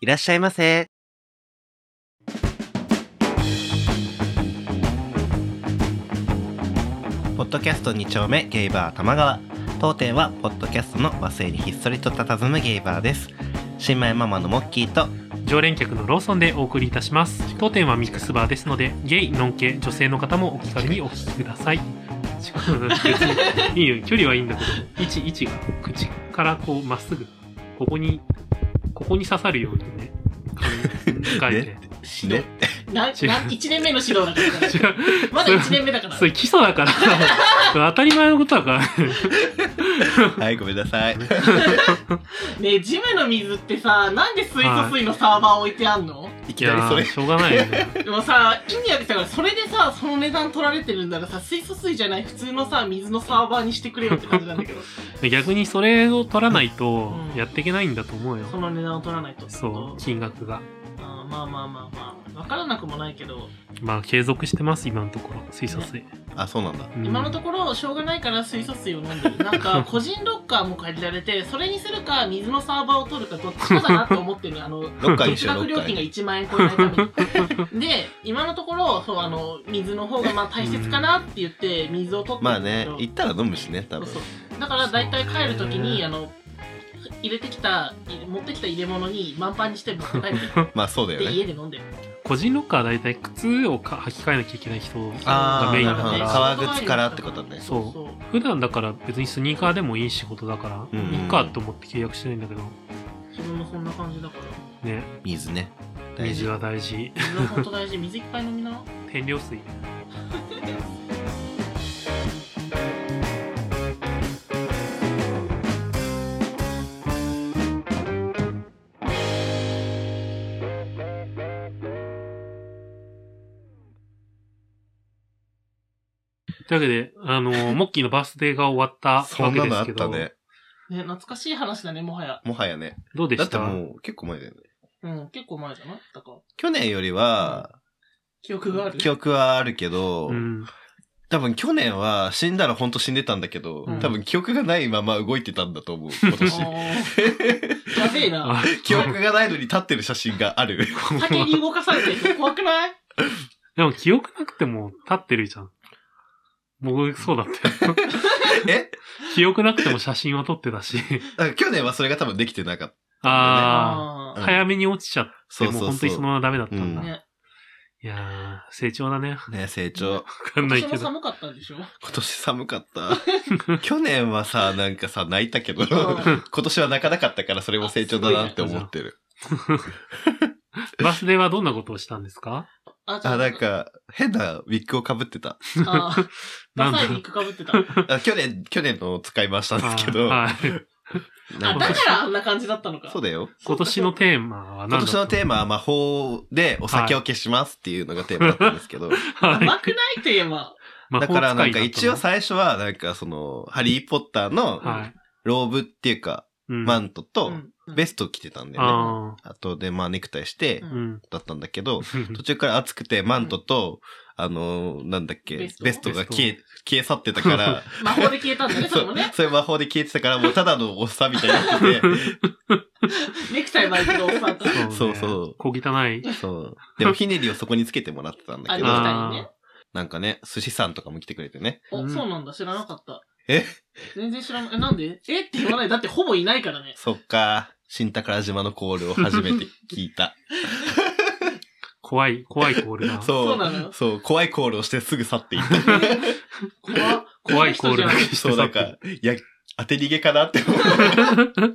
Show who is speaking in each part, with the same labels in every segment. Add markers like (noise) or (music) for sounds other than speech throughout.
Speaker 1: いらっしゃいませ。ポッドキャスト2丁目ゲイバー玉川。当店はポッドキャストの和製にひっそりと佇むゲイバーです。新米ママのモッキーと
Speaker 2: 常連客のローソンでお送りいたします当店はミックスバーですのでゲイノン系女性の方もお気軽にお聞きください別にいいよ距離はいいんだけど位置位置が口からこうまっすぐここにここに刺さるようにね考えて
Speaker 1: 死ねって。
Speaker 3: な、な、
Speaker 2: 違う
Speaker 3: 1年目の指導だから。
Speaker 2: (laughs) 違う
Speaker 3: まだ1年目だから。
Speaker 2: それ基礎だから当たり前のことだから
Speaker 1: はい、ごめんなさい。
Speaker 3: ねえジムの水ってさ、なんで水素水のサーバー置いてあんの、
Speaker 1: い
Speaker 2: い
Speaker 1: きなり
Speaker 2: や
Speaker 1: それ
Speaker 2: ー。しょうがないよね
Speaker 3: でもさ、意味わけだから、それでさ、その値段取られてるんならさ、水素水じゃない普通のさ、水のサーバーにしてくれよって感じなんだけど、
Speaker 2: 逆にそれを取らないと
Speaker 3: うん
Speaker 2: やっていけないんだと思うよ
Speaker 3: その値段を取らないとって
Speaker 2: そう金額が
Speaker 3: あーまあまあまあまあ、わからなくもないけど、
Speaker 2: まあ継続してます今のところ水素水、
Speaker 1: あ、そうなんだ。
Speaker 2: うん
Speaker 3: 今のところ、しょうがないから水素水を飲んでる。なんか、個人ロッカーも借りられて、それにするか、水のサーバーを取るか、どっちかだなって思ってる。あの、
Speaker 1: ロッカーにし
Speaker 3: (laughs) 月
Speaker 1: よう、
Speaker 3: 額
Speaker 1: ロッ
Speaker 3: 料
Speaker 1: カー
Speaker 3: 金が
Speaker 1: に。
Speaker 3: 1万円超えないためにで今のところそうあの水の方がまあ大切かなって言って水を取って
Speaker 1: まあ
Speaker 3: るんだけ
Speaker 1: ね
Speaker 3: ど、
Speaker 1: 行ったら飲むしね、多分。
Speaker 3: そうそうだから大体帰る時
Speaker 2: そうね
Speaker 3: にあの入れてきたい持ってきた入れ物に満パンにして持って帰って
Speaker 1: まあそうだよ
Speaker 3: で
Speaker 1: ね。
Speaker 3: 家で飲んでる
Speaker 2: 個人ロッカーは大体靴をか履き替えなきゃいけない人
Speaker 1: あ
Speaker 2: が
Speaker 1: ー
Speaker 2: メイン
Speaker 1: な
Speaker 2: だ
Speaker 1: るほ
Speaker 2: か
Speaker 1: どね
Speaker 2: ら
Speaker 1: 革靴からってことね
Speaker 2: そう普段だから別にスニーカーでもいい仕事だか
Speaker 1: う
Speaker 2: ら
Speaker 1: ん
Speaker 2: いいかと思って契約してないんだけど
Speaker 3: 自分もそんな感じだから
Speaker 2: ね
Speaker 1: 水ね。大
Speaker 2: 水
Speaker 1: 事。
Speaker 2: は大事
Speaker 3: 水は本当大事水いっぱい飲みな
Speaker 2: 天領水というわけで、あのー、モッキーのバースデーが終わった
Speaker 1: そ
Speaker 2: わ
Speaker 1: ん
Speaker 2: け
Speaker 1: な
Speaker 2: で
Speaker 1: のあ
Speaker 2: す
Speaker 1: っ
Speaker 2: け
Speaker 1: た
Speaker 2: ど、
Speaker 1: ね。
Speaker 3: ね懐かしい話だねもはや
Speaker 1: もはやね。
Speaker 2: どうで
Speaker 1: だ
Speaker 2: し
Speaker 1: って
Speaker 2: た
Speaker 1: もう結構前だよね。
Speaker 3: うん結構前だなだから
Speaker 1: 去年よりは、
Speaker 3: 記憶がある
Speaker 1: 記憶はあるけど、
Speaker 2: うん、
Speaker 1: 多分去年は死んだら本当死んでたんだけど、
Speaker 2: うん
Speaker 1: 多分記憶がないまま動いてたんだ
Speaker 2: (laughs)
Speaker 1: と思う、今
Speaker 3: あ
Speaker 1: 年。
Speaker 3: ーやべえな
Speaker 2: あ
Speaker 1: 記憶がないのに立ってる写真があ
Speaker 2: (laughs)
Speaker 1: る。
Speaker 3: 酒に動かされてる怖くない
Speaker 2: でも記憶なくても立ってるじゃん。僕、そうだったよ。
Speaker 1: え
Speaker 2: 記憶なくても写真を撮って
Speaker 1: (laughs)
Speaker 2: たし。
Speaker 1: だから去年はそれが多分できてなかった。
Speaker 2: あ
Speaker 3: あ
Speaker 2: あ、
Speaker 1: ー
Speaker 2: 早めに落ちちゃって、
Speaker 1: そう
Speaker 2: もう
Speaker 1: そう
Speaker 2: 本当
Speaker 1: そう。
Speaker 2: にそのままダメだったんだ。
Speaker 1: うん
Speaker 2: い
Speaker 3: ね、
Speaker 2: やー、成長だ
Speaker 1: (laughs)
Speaker 2: ね。わ
Speaker 1: ね、成長。
Speaker 2: かん
Speaker 3: 今
Speaker 2: ない
Speaker 3: 年
Speaker 2: け
Speaker 3: も
Speaker 2: ど。
Speaker 3: 寒かったんでしょ
Speaker 1: 今年寒か
Speaker 2: (laughs)
Speaker 1: った。去年はさ、なんかさ、泣いたけど、今
Speaker 3: あ
Speaker 1: 年は泣かなかったからそれも成長だなって思ってる。
Speaker 2: バースデーはどんなことをしたんですか
Speaker 3: あ
Speaker 1: あ、なん。
Speaker 3: ちょっ
Speaker 1: か、変なウィッグを被ってた。
Speaker 3: とあー
Speaker 2: なん
Speaker 3: ダ
Speaker 2: だ
Speaker 3: サい肉かぶ
Speaker 1: (laughs)
Speaker 3: ってた。あ、
Speaker 1: あ去年、去年のを使いましたんですけど、
Speaker 2: あーはい
Speaker 1: なん
Speaker 3: だ
Speaker 1: か、
Speaker 3: からあんな感じだったのか。
Speaker 1: (laughs) そうだよ。
Speaker 2: 今年のテーマは何だ
Speaker 1: 今年のテーマは魔法でお酒を消しますっていうのがテーマだったんですけど、
Speaker 2: は
Speaker 3: 甘
Speaker 2: い。
Speaker 3: くないテーマ。
Speaker 1: (laughs)
Speaker 2: 魔
Speaker 1: だ
Speaker 2: 法
Speaker 1: から
Speaker 2: 使
Speaker 1: ないんか一応
Speaker 2: さ、
Speaker 1: 最初はなんかその、ハリーポッターの
Speaker 2: はい。
Speaker 1: ローブっていうか、
Speaker 2: うん
Speaker 1: マントと
Speaker 3: うん
Speaker 1: ベストを着てたんだよね。
Speaker 2: あ
Speaker 1: あとでまあネクタイして
Speaker 3: う
Speaker 2: ー、うん。
Speaker 1: だったんだけど、途中から暑くてマントと、あのーなんだっけ、ベ
Speaker 3: ベ
Speaker 1: ス
Speaker 3: ス
Speaker 1: ト
Speaker 3: ト
Speaker 1: が消え、消え去ってたから、
Speaker 3: 魔法で消えたんだね、そ
Speaker 1: そ
Speaker 3: れも
Speaker 1: う
Speaker 3: ね。、
Speaker 1: そういう魔法で消えてたから、もうただのおっさんみたいになってて、
Speaker 3: ネクタイ巻いてるおっさんと。
Speaker 1: (laughs) そうそう
Speaker 2: 小汚い。
Speaker 1: そう。でもひねりをそこにつけてもらってたんだ
Speaker 3: あ、
Speaker 1: け
Speaker 3: ネ
Speaker 1: ど
Speaker 3: ク、タイにね。
Speaker 1: なんかね、寿司さんとかも来てくれてね。
Speaker 2: う
Speaker 3: お、
Speaker 2: ん
Speaker 3: そうなんだ、知らなかった。
Speaker 1: え
Speaker 3: 全然知らない。え、なんでえって言わない。だってほぼいないからね。
Speaker 1: そっか、新宝島のコールを初めて聞い
Speaker 2: (laughs)
Speaker 1: た。
Speaker 2: 怖い、怖いコール
Speaker 1: (laughs)
Speaker 2: が。
Speaker 1: そ
Speaker 3: そううなの。
Speaker 1: そう、怖いコールをしてすぐ去っていった。
Speaker 2: (laughs)
Speaker 3: 怖
Speaker 2: 怖いコールだ
Speaker 3: 怖い
Speaker 2: け
Speaker 3: 人
Speaker 2: して
Speaker 1: そう、なんか、いや、当て逃げかなって思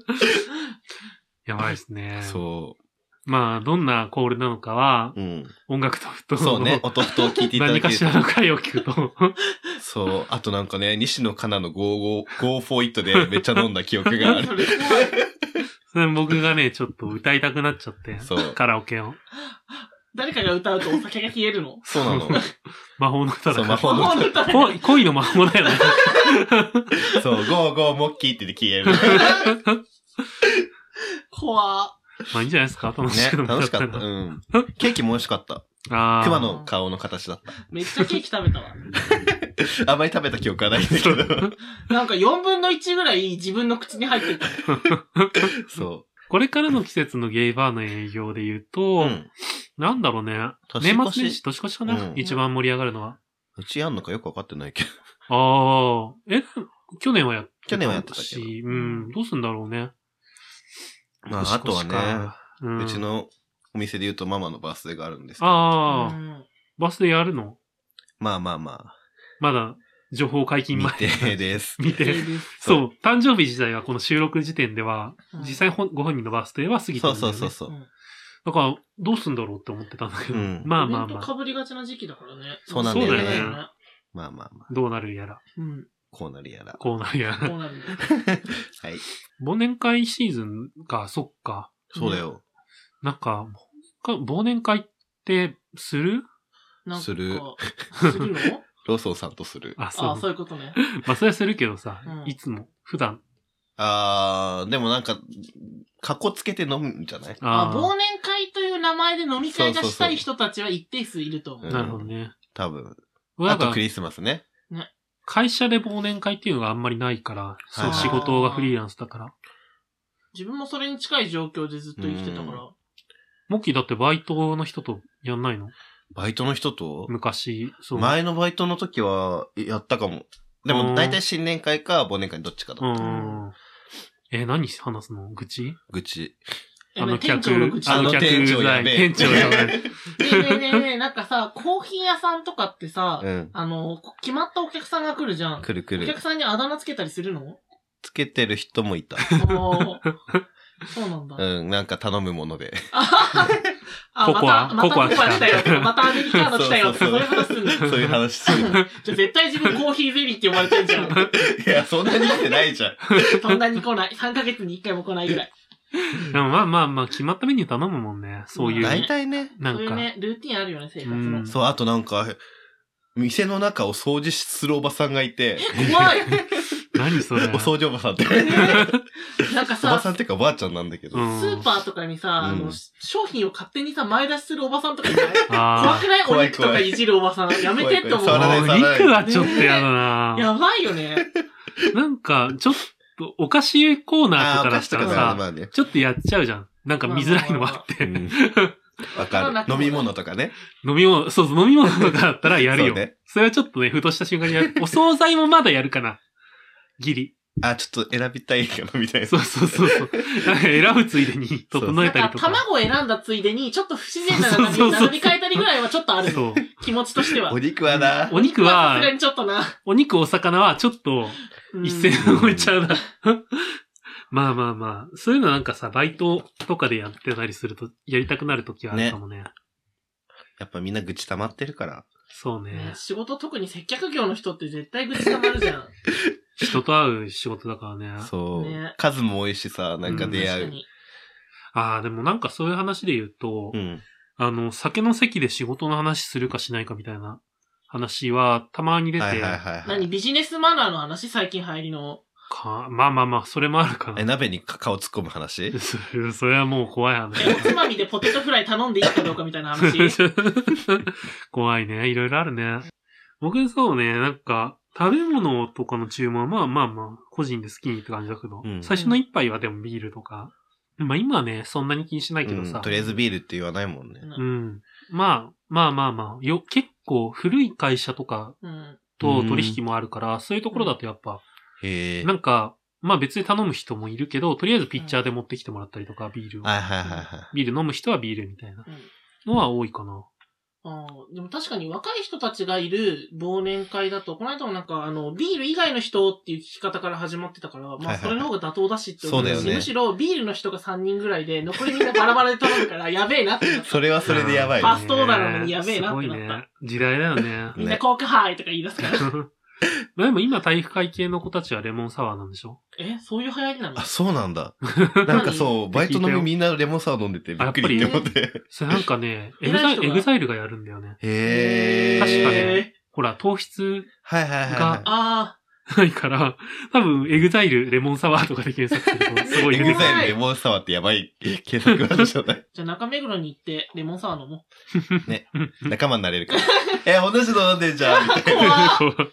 Speaker 2: やばいですね
Speaker 1: う。。そ
Speaker 2: まあ、どんなコールなのかは、
Speaker 1: う。うん。
Speaker 2: 音楽とふと、
Speaker 1: そうね、音ふとを聞いていただ
Speaker 2: (laughs)
Speaker 1: け
Speaker 2: 何か
Speaker 1: る
Speaker 2: し
Speaker 1: と
Speaker 2: らの回を聞くと、
Speaker 1: そう。あとなんかね、西野カナの55、548でめっちゃ飲んだ記憶がある。
Speaker 3: それ怖い。
Speaker 2: それ (laughs) 僕がね、ちょっと歌いたくなっちゃって、
Speaker 1: そう
Speaker 2: カラオケを。
Speaker 3: 誰かが歌うとお酒が消えるの。
Speaker 1: そうなの。
Speaker 2: 魔法の歌
Speaker 1: そ
Speaker 2: だ
Speaker 1: う、
Speaker 2: か
Speaker 1: 魔
Speaker 2: ら。
Speaker 1: 法の。
Speaker 3: の歌
Speaker 2: 恋恋の魔法だ
Speaker 1: (laughs)
Speaker 2: よね。
Speaker 1: そう、55モッキーって言って消える。
Speaker 3: 怖
Speaker 2: まあいいんじゃないですか楽しく
Speaker 1: ね、
Speaker 2: な
Speaker 1: 楽しか
Speaker 2: ら
Speaker 1: った。うん。ケーキも美味しかった。
Speaker 2: ああ。
Speaker 1: 熊の顔の形だっ
Speaker 3: めっちゃケーキ食べ
Speaker 1: (laughs)
Speaker 3: たわ。
Speaker 1: た。あまり食べた記憶はないんだけど。
Speaker 3: なんか4分の1ぐらい自分の口に入ってた。
Speaker 1: そう。
Speaker 2: これからの季節のゲイバーの営業で言うと、
Speaker 1: うん。
Speaker 2: なんだろうね。
Speaker 1: 年越し
Speaker 2: 年末年始、年越しかな、
Speaker 1: うん
Speaker 2: 一番盛り上がるのは。
Speaker 1: うちやんのかよくわかってないけど。
Speaker 2: ああ、え、去年はやって
Speaker 1: 去年はやってたけど
Speaker 2: し、うん、どうすんだろうね。
Speaker 1: まあ、あとはね、
Speaker 2: ね
Speaker 1: うち。のお店で言うとママのバースデーがあるんですけど。
Speaker 2: ああ、
Speaker 3: うん
Speaker 2: バスでやるの
Speaker 1: まあまあまあ、
Speaker 2: まだ、情報解禁前。
Speaker 1: 未定です。
Speaker 2: (laughs) 見て。そう、誕生日自体はこの収録時点では、
Speaker 3: うん
Speaker 2: 実際本ご本人のバースデーは過ぎて
Speaker 1: そ
Speaker 2: る
Speaker 1: うん
Speaker 2: だよ
Speaker 1: そう
Speaker 2: ね。
Speaker 1: そうそう。
Speaker 2: だから、どうすんだろうって思ってたんだけど。
Speaker 1: うん
Speaker 2: まあまあま
Speaker 3: イベント
Speaker 2: あ、
Speaker 3: かぶりがちな時期だからね。
Speaker 1: そうなんだよね
Speaker 3: そうよね
Speaker 1: まあまあまあ、
Speaker 2: どうなるやら、
Speaker 3: うん。
Speaker 1: こうなるやら。
Speaker 2: こうなるや
Speaker 3: そ
Speaker 2: ら。
Speaker 3: うなんだよ。
Speaker 1: はい。
Speaker 2: 忘年会シーズンか、そっか。
Speaker 1: そうだよ。
Speaker 2: なんか、忘年会忘年会ってする
Speaker 3: なんか
Speaker 1: する
Speaker 3: するの
Speaker 1: (laughs) ローソンさんとする。
Speaker 2: あ、そう。
Speaker 3: ああ、そういうことね。
Speaker 2: まあ、それはするけどさ、
Speaker 3: うん
Speaker 2: いつも、普段。
Speaker 1: あー、でもなんか、かっこつけて飲むんじゃない
Speaker 3: あ
Speaker 2: あ
Speaker 3: 忘年会という名前で飲み会がしたい人たちは一定数いると思
Speaker 1: う
Speaker 3: う。
Speaker 1: ん
Speaker 2: なるほどね。
Speaker 1: 多分。
Speaker 2: な
Speaker 1: あ
Speaker 2: ん
Speaker 1: と
Speaker 2: か
Speaker 1: ク、リスマスね。
Speaker 2: 会社で忘年会っていうのがあんまりないから、そ
Speaker 1: は
Speaker 2: う、
Speaker 1: い
Speaker 2: 仕事がフリーランスだから。
Speaker 3: 自分もそれに近い状況でずっと生きてたから。
Speaker 2: モッキーだってバイトの人とやんないの
Speaker 1: バイトの人と、
Speaker 2: 昔、そう。
Speaker 1: 前のバイトの時は、やったかも。で
Speaker 2: う
Speaker 1: も、
Speaker 2: ん
Speaker 1: 大体新年会か忘年会どっちかだ。
Speaker 2: うん。え、何話すの愚痴
Speaker 1: 愚痴。
Speaker 3: え
Speaker 2: あの
Speaker 3: 店
Speaker 2: 客
Speaker 3: 長の口
Speaker 2: あ
Speaker 1: あ
Speaker 2: の
Speaker 1: の
Speaker 2: 客
Speaker 1: 店長
Speaker 2: うざ
Speaker 1: や
Speaker 2: い
Speaker 1: べえ。
Speaker 2: 店長やべえ
Speaker 3: ねえねえねえねえ、なんかさ、コーヒー屋さんとかってさ、
Speaker 1: うん。
Speaker 3: あの、こ決まったお客さんが来るじゃん。
Speaker 1: くるく
Speaker 3: お
Speaker 1: る
Speaker 3: 客。さんにあだ名つけたりするの
Speaker 1: つけてる人もいた。
Speaker 3: おーそうなんだ。
Speaker 1: うん、なんか頼むもので。
Speaker 3: あははあ、ま
Speaker 2: ココア
Speaker 3: た、またココア
Speaker 2: ココア
Speaker 3: 来
Speaker 2: 来
Speaker 3: た
Speaker 2: た
Speaker 3: よとか、またアメリカーノ来たよとか、
Speaker 1: そ
Speaker 3: そうう
Speaker 1: そ
Speaker 3: いう
Speaker 1: うそう
Speaker 3: 話す
Speaker 1: (laughs)
Speaker 3: るの。
Speaker 1: そういう話す (laughs) る。
Speaker 3: じゃあ絶対自分コーヒーゼリーって呼ばれてんじゃん。
Speaker 1: いや、そんなに来てないじゃん。
Speaker 3: そんなに来ない。3ヶ月に1回も来ないぐらい。
Speaker 2: でもまあまあまあ、決まったメニュー頼むもんね。そういう。
Speaker 1: 大体ね。
Speaker 2: な
Speaker 3: そうんいう
Speaker 2: か。
Speaker 3: ね、ルーティンあるよね、生活
Speaker 2: う
Speaker 3: の
Speaker 2: ん。
Speaker 1: そう、あとなんか、店の中を掃除するおばさんがいて、
Speaker 3: 怖い
Speaker 2: 何それ。
Speaker 1: お掃除おばさんって。
Speaker 3: なんか
Speaker 1: お (laughs) ばさ
Speaker 3: さ、
Speaker 1: んっていうかおばあちゃんなんだけど。
Speaker 2: うん
Speaker 3: スーパーとかにさ、あ
Speaker 1: うん
Speaker 3: の、商品を勝手にさ、前出しするおばさんとかいない怖
Speaker 2: あ
Speaker 3: くない
Speaker 1: 怖
Speaker 3: お
Speaker 1: い
Speaker 3: 肉とかいじるおばさん。やめてって思う。
Speaker 1: 怖い怖い触らない触ら
Speaker 2: あ。お
Speaker 1: ない
Speaker 2: 肉はちょっとやだな、
Speaker 3: やばいよね。
Speaker 2: なんか、ちょっと、お菓子コーナー
Speaker 1: ああー、
Speaker 2: と
Speaker 1: お
Speaker 2: かだ
Speaker 1: 菓
Speaker 2: っ
Speaker 1: 子
Speaker 2: た
Speaker 1: と
Speaker 2: ら
Speaker 1: か
Speaker 2: さ、
Speaker 1: だよね、まあね。
Speaker 2: ちょっとやっちゃうじゃん。なんか見づらいのもあって。
Speaker 1: うんわかる。飲み物とかね。
Speaker 2: 飲み物、そうそう、飲み物とかだったらやるよ。
Speaker 1: そうね
Speaker 2: それはちょっとね、ふとした瞬間にやる。お惣菜もまだやるかな。ギリ。
Speaker 1: あ、ちょっと選びたいかな、みたいな。
Speaker 2: そうそうそうそう。なんか選ぶついでに整
Speaker 3: な
Speaker 2: え
Speaker 3: ん
Speaker 2: たり
Speaker 3: か
Speaker 2: とか。
Speaker 3: 卵選んだついでに、ちょっと不自然な並びに並び替えたりぐらいはちょっとある。
Speaker 2: そう。
Speaker 3: 気持ちとしては。
Speaker 1: お肉はな。
Speaker 2: お肉
Speaker 3: まあ
Speaker 2: は
Speaker 3: さす、がにちょっとな。
Speaker 2: お肉、お魚はちょっと
Speaker 3: うん
Speaker 2: 一線動いちゃうな。 (laughs) まあまあまあ。そういうのなんかさ、バイトとかでやってたりすると、やりたくなるときはあるかもね。
Speaker 1: やっぱみんな愚痴溜まってるから。
Speaker 2: そう
Speaker 3: ね
Speaker 2: ね。
Speaker 3: 仕事特に接客業の人って絶対愚痴溜まるじゃん。
Speaker 2: 人と会う仕事だからね。
Speaker 1: そう。
Speaker 3: ね
Speaker 1: 数も多いしさ、なんか
Speaker 2: ん
Speaker 1: 出会
Speaker 3: 確か
Speaker 1: う。
Speaker 3: に
Speaker 2: ああ、でもなんかそういう話で言うと、
Speaker 1: うん。
Speaker 2: あの、酒の席で仕事の話するかしないかみたいな話はたまに出て、
Speaker 1: はいはいはいは
Speaker 3: 何
Speaker 1: い。
Speaker 3: ビジネスマナーの話最近入りの。
Speaker 2: かまあまあまあ、それもあるかな
Speaker 1: え、。鍋に顔突っ込む話
Speaker 2: それ (laughs) それはもう怖い話。
Speaker 3: えおつまみでポテトフライ頼んでいいかどうかみたい
Speaker 2: (laughs)
Speaker 3: な話。
Speaker 2: 怖いね。いろいろあるね。僕そうね、なんか、食べ物とかの注文はまあまあまあ、個人で好きにって感じだけど、
Speaker 1: うん
Speaker 2: 最初の一杯はでもビールとか、まあ今はね、そんなに気にしないけど
Speaker 1: う
Speaker 2: さ
Speaker 1: ん、と、りあえずビールって言わないもんね。
Speaker 2: うん。まあ、まあまあまあ、よ、結構古い会社とか
Speaker 3: うん。
Speaker 2: と取引もあるから、そういうところだとやっぱ、
Speaker 1: へえ。
Speaker 2: なんか、まあ別に頼む人もいるけど、とりあえずピッチャーで持ってきてもらったりとか、ビールを。
Speaker 1: はいはいはいはい。
Speaker 2: ビール飲む人はビールみたいな
Speaker 3: うん
Speaker 2: のは多いかな。
Speaker 3: ああ、でも確かに若い人たちがいる忘年会だと、この間もなんか、あの、ビール以外の人っていう聞き方から始まってたか
Speaker 1: い
Speaker 3: ら、ま
Speaker 1: は
Speaker 3: あ
Speaker 1: い
Speaker 3: それの方が妥当だしって思うし、
Speaker 1: そうだよね
Speaker 3: むしろビールの人が3人ぐらいで、残りみんなバラバラで頼
Speaker 1: (laughs)
Speaker 3: むから、やべえなってなった
Speaker 1: それはそれでやばい
Speaker 3: ファ
Speaker 1: ね。。
Speaker 3: ーストオーダーなのにやべえなって
Speaker 2: す
Speaker 3: な
Speaker 2: ご
Speaker 3: った
Speaker 2: いね。時代だよね
Speaker 1: (laughs)
Speaker 3: みんなコークハイとか言い出すから。
Speaker 2: まあでも今体育会系の子たちはレモンサワーなんでしょ
Speaker 3: え、そういう流行りなの
Speaker 1: あ、そうなんだ。なんかそう、バイトのみみんなレモンサワー飲んでてびっくりって思って。
Speaker 2: それなんかね、エグ
Speaker 3: 偉
Speaker 2: ザ
Speaker 3: い
Speaker 2: イ
Speaker 3: 人
Speaker 2: ル、
Speaker 3: が
Speaker 2: エグザイルがやるんだよね。
Speaker 1: へえ。
Speaker 2: 確かに
Speaker 1: に。
Speaker 3: え
Speaker 2: ほら、糖質
Speaker 1: はいはいはいはい。
Speaker 3: あ
Speaker 2: ないから、多分エグザイル、レモンサワーとかで検索するとすごい
Speaker 1: エ
Speaker 2: 出
Speaker 1: グ
Speaker 2: てくる。
Speaker 1: ザイルレモンサワーってやばい検索ワードじゃ
Speaker 3: (laughs)
Speaker 1: ない
Speaker 3: ー、じゃあ中目黒に行って、レモンサワー飲も
Speaker 1: 仲間に
Speaker 3: (laughs)
Speaker 1: なれるから。え、同じの飲んでんじゃんみたいな。
Speaker 3: う。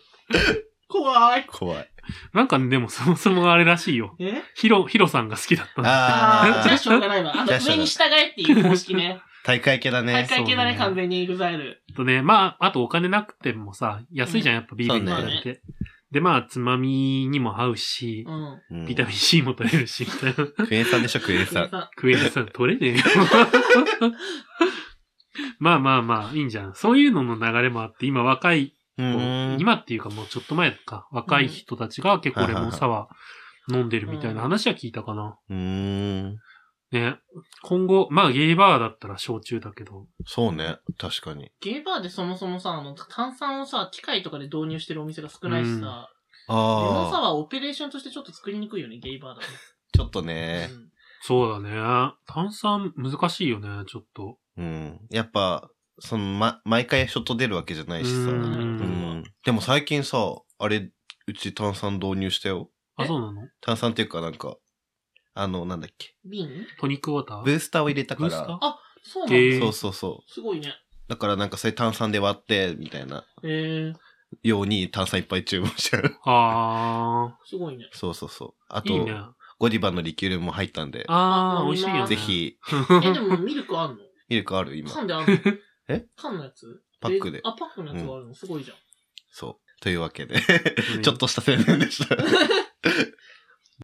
Speaker 3: 怖い怖い
Speaker 1: 怖い。
Speaker 2: なんかね、でもそもそもあれらしいよ。
Speaker 3: え
Speaker 2: ヒロ、ヒロさんが好きだったんだ
Speaker 3: あ
Speaker 1: あ
Speaker 3: あ、じゃあ (laughs)
Speaker 1: あ、
Speaker 3: しょうがないわ。あの、
Speaker 1: じゃあしょう
Speaker 3: 上
Speaker 1: がな
Speaker 3: に
Speaker 1: い
Speaker 3: 従えっていう公
Speaker 1: (laughs)
Speaker 3: 式ね。
Speaker 1: 大会系だね。
Speaker 3: 大会系だね、
Speaker 2: そうね
Speaker 3: 完全にエグザイル。
Speaker 2: とね、まあ、あとお金なくてもさ、安いじゃん、やっぱビールに比
Speaker 1: そう
Speaker 2: べて。で、まあ、つまみにも合うし
Speaker 3: う、ん。
Speaker 1: うん
Speaker 2: ビタミン C も取れるし、みたいな。
Speaker 1: クエン酸でしょ、クエン酸。
Speaker 3: さ
Speaker 2: クエン酸取れねえよ。まあまあまあ、いいんじゃん。そういうのの流れもあって、今若い、
Speaker 1: う。
Speaker 2: こうん今っていうかもうちょっと前か、若い人たちが結構レモンサワー飲んでるみたいな話は聞いたかな。
Speaker 1: うーん。
Speaker 2: ね。今後、まあゲイバーだったら焼酎だけど、
Speaker 1: そうね。確かに。
Speaker 3: ゲーバーでそもそもさ、あの、炭酸をさ、機械とかで導入してるお店が少ないしさ、レモンサ
Speaker 1: ああ。
Speaker 3: ワーオペレーションとしてちょっと作りにくいよね、ゲイバーだと。
Speaker 1: ちょっとね。
Speaker 2: そうだね。炭酸難しいよね、ちょっと。
Speaker 1: うん。やっぱ、その、ま、毎回ショット出るわけじゃないしさ。
Speaker 2: う
Speaker 1: うんん。でも最近さ、あれ、うち炭酸導入したよ。
Speaker 2: あ、
Speaker 3: え
Speaker 2: そうなの
Speaker 1: 炭酸っていうかなんか、あの、なんだっけ。
Speaker 3: うん瓶
Speaker 2: トニックウォーター
Speaker 1: ブースターを入れたか
Speaker 2: ブースター
Speaker 1: ら。
Speaker 3: そうなんだ。
Speaker 2: えー
Speaker 1: そうそうそ
Speaker 3: すごいね。
Speaker 1: う。だからなんかそれ炭酸で割って、みたいな、
Speaker 3: えー、
Speaker 1: ように炭酸いっぱい注文しちゃう。
Speaker 2: (laughs) あ
Speaker 3: すごい
Speaker 1: (laughs)
Speaker 3: ね。
Speaker 1: そうそうそう。あ
Speaker 2: ー、いい
Speaker 1: と
Speaker 2: ね、。
Speaker 1: ゴディバのリキュールも入ったんで、
Speaker 2: あ
Speaker 3: あ
Speaker 2: ー、美味しいよね。
Speaker 1: ぜ。ひ、
Speaker 3: え、でもミルクあんの
Speaker 1: ミルクある今。
Speaker 3: 缶であんの
Speaker 1: (laughs) え
Speaker 3: 缶のやつ
Speaker 1: パックで
Speaker 3: えあ、パックのやつがあるの、すごいじゃん。
Speaker 1: そう。というわけで、 (laughs) ちょっとした宣伝で (laughs) した。
Speaker 2: (laughs)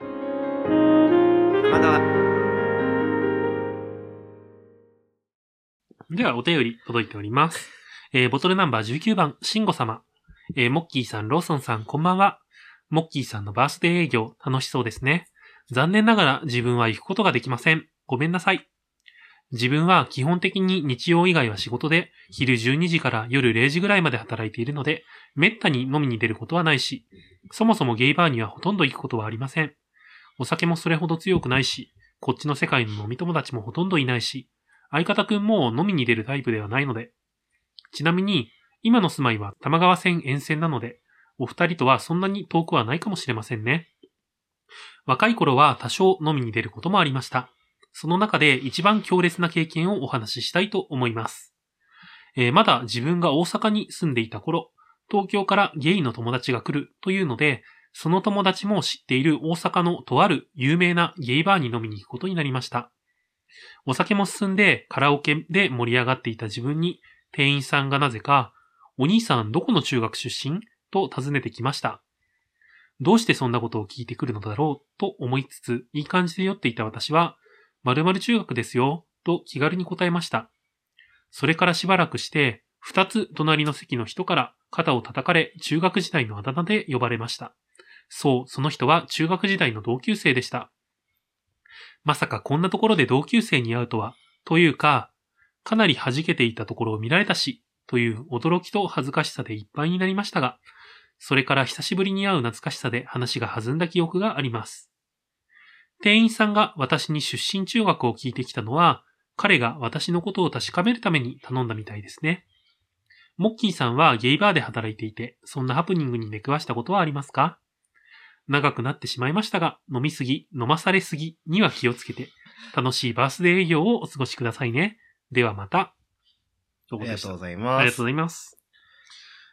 Speaker 2: まだ。では、お便り届いております。えーボトルナンバー19番、シンゴ様。えーモッキーさん、ローソンさん、こんばんは。モッキーさんのバースデー営業、楽しそうですね。残念ながら自分は行くことができません。ごめんなさい。自分は基本的に日曜以外は仕事で、昼12時から夜0時ぐらいまで働いているので、めったに飲みに出ることはないし、そもそもゲイバーにはほとんど行くことはありません。お酒もそれほど強くないし、こっちの世界の飲み友達もほとんどいないし、相方くんも飲みに出るタイプではないので。ちなみに、今の住まいは玉川線沿線なので、お二人とはそんなに遠くはないかもしれませんね。若い頃は多少飲みに出ることもありました。その中で一番強烈な経験をお話ししたいと思います。えーまだ自分が大阪に住んでいた頃、東京からゲイの友達が来るというので、その友達も知っている大阪のとある有名なゲイバーに飲みに行くことになりました。お酒も進んでカラオケで盛り上がっていた自分に店員さんがなぜか、お兄さんどこの中学出身と尋ねてきました。どうしてそんなことを聞いてくるのだろうと思いつつ、いい感じで酔っていた私は、〇〇中学ですよと気軽に答えました。それからしばらくして、二つ隣の席の人から肩を叩かれ、中学時代のあだ名で呼ばれました。そう、その人は中学時代の同級生でした。まさかこんなところで同級生に会うとは、というか、かなり弾けていたところを見られたし、という驚きと恥ずかしさでいっぱいになりましたが、それから久しぶりに会う懐かしさで話が弾んだ記憶があります。店員さんが私に出身中学を聞いてきたのは、彼が私のことを確かめるために頼んだみたいですね。モッキーさんはゲイバーで働いていて、そんなハプニングに出くわしたことはありますか長くなってしまいましたが、飲みすぎ、飲まされすぎには気をつけて、楽しいバースデー営業をお過ごしくださいね。ではまた。と
Speaker 1: あ
Speaker 2: いこ
Speaker 1: り
Speaker 2: で
Speaker 1: が
Speaker 2: した
Speaker 1: とうございます。
Speaker 2: ありがとうございます。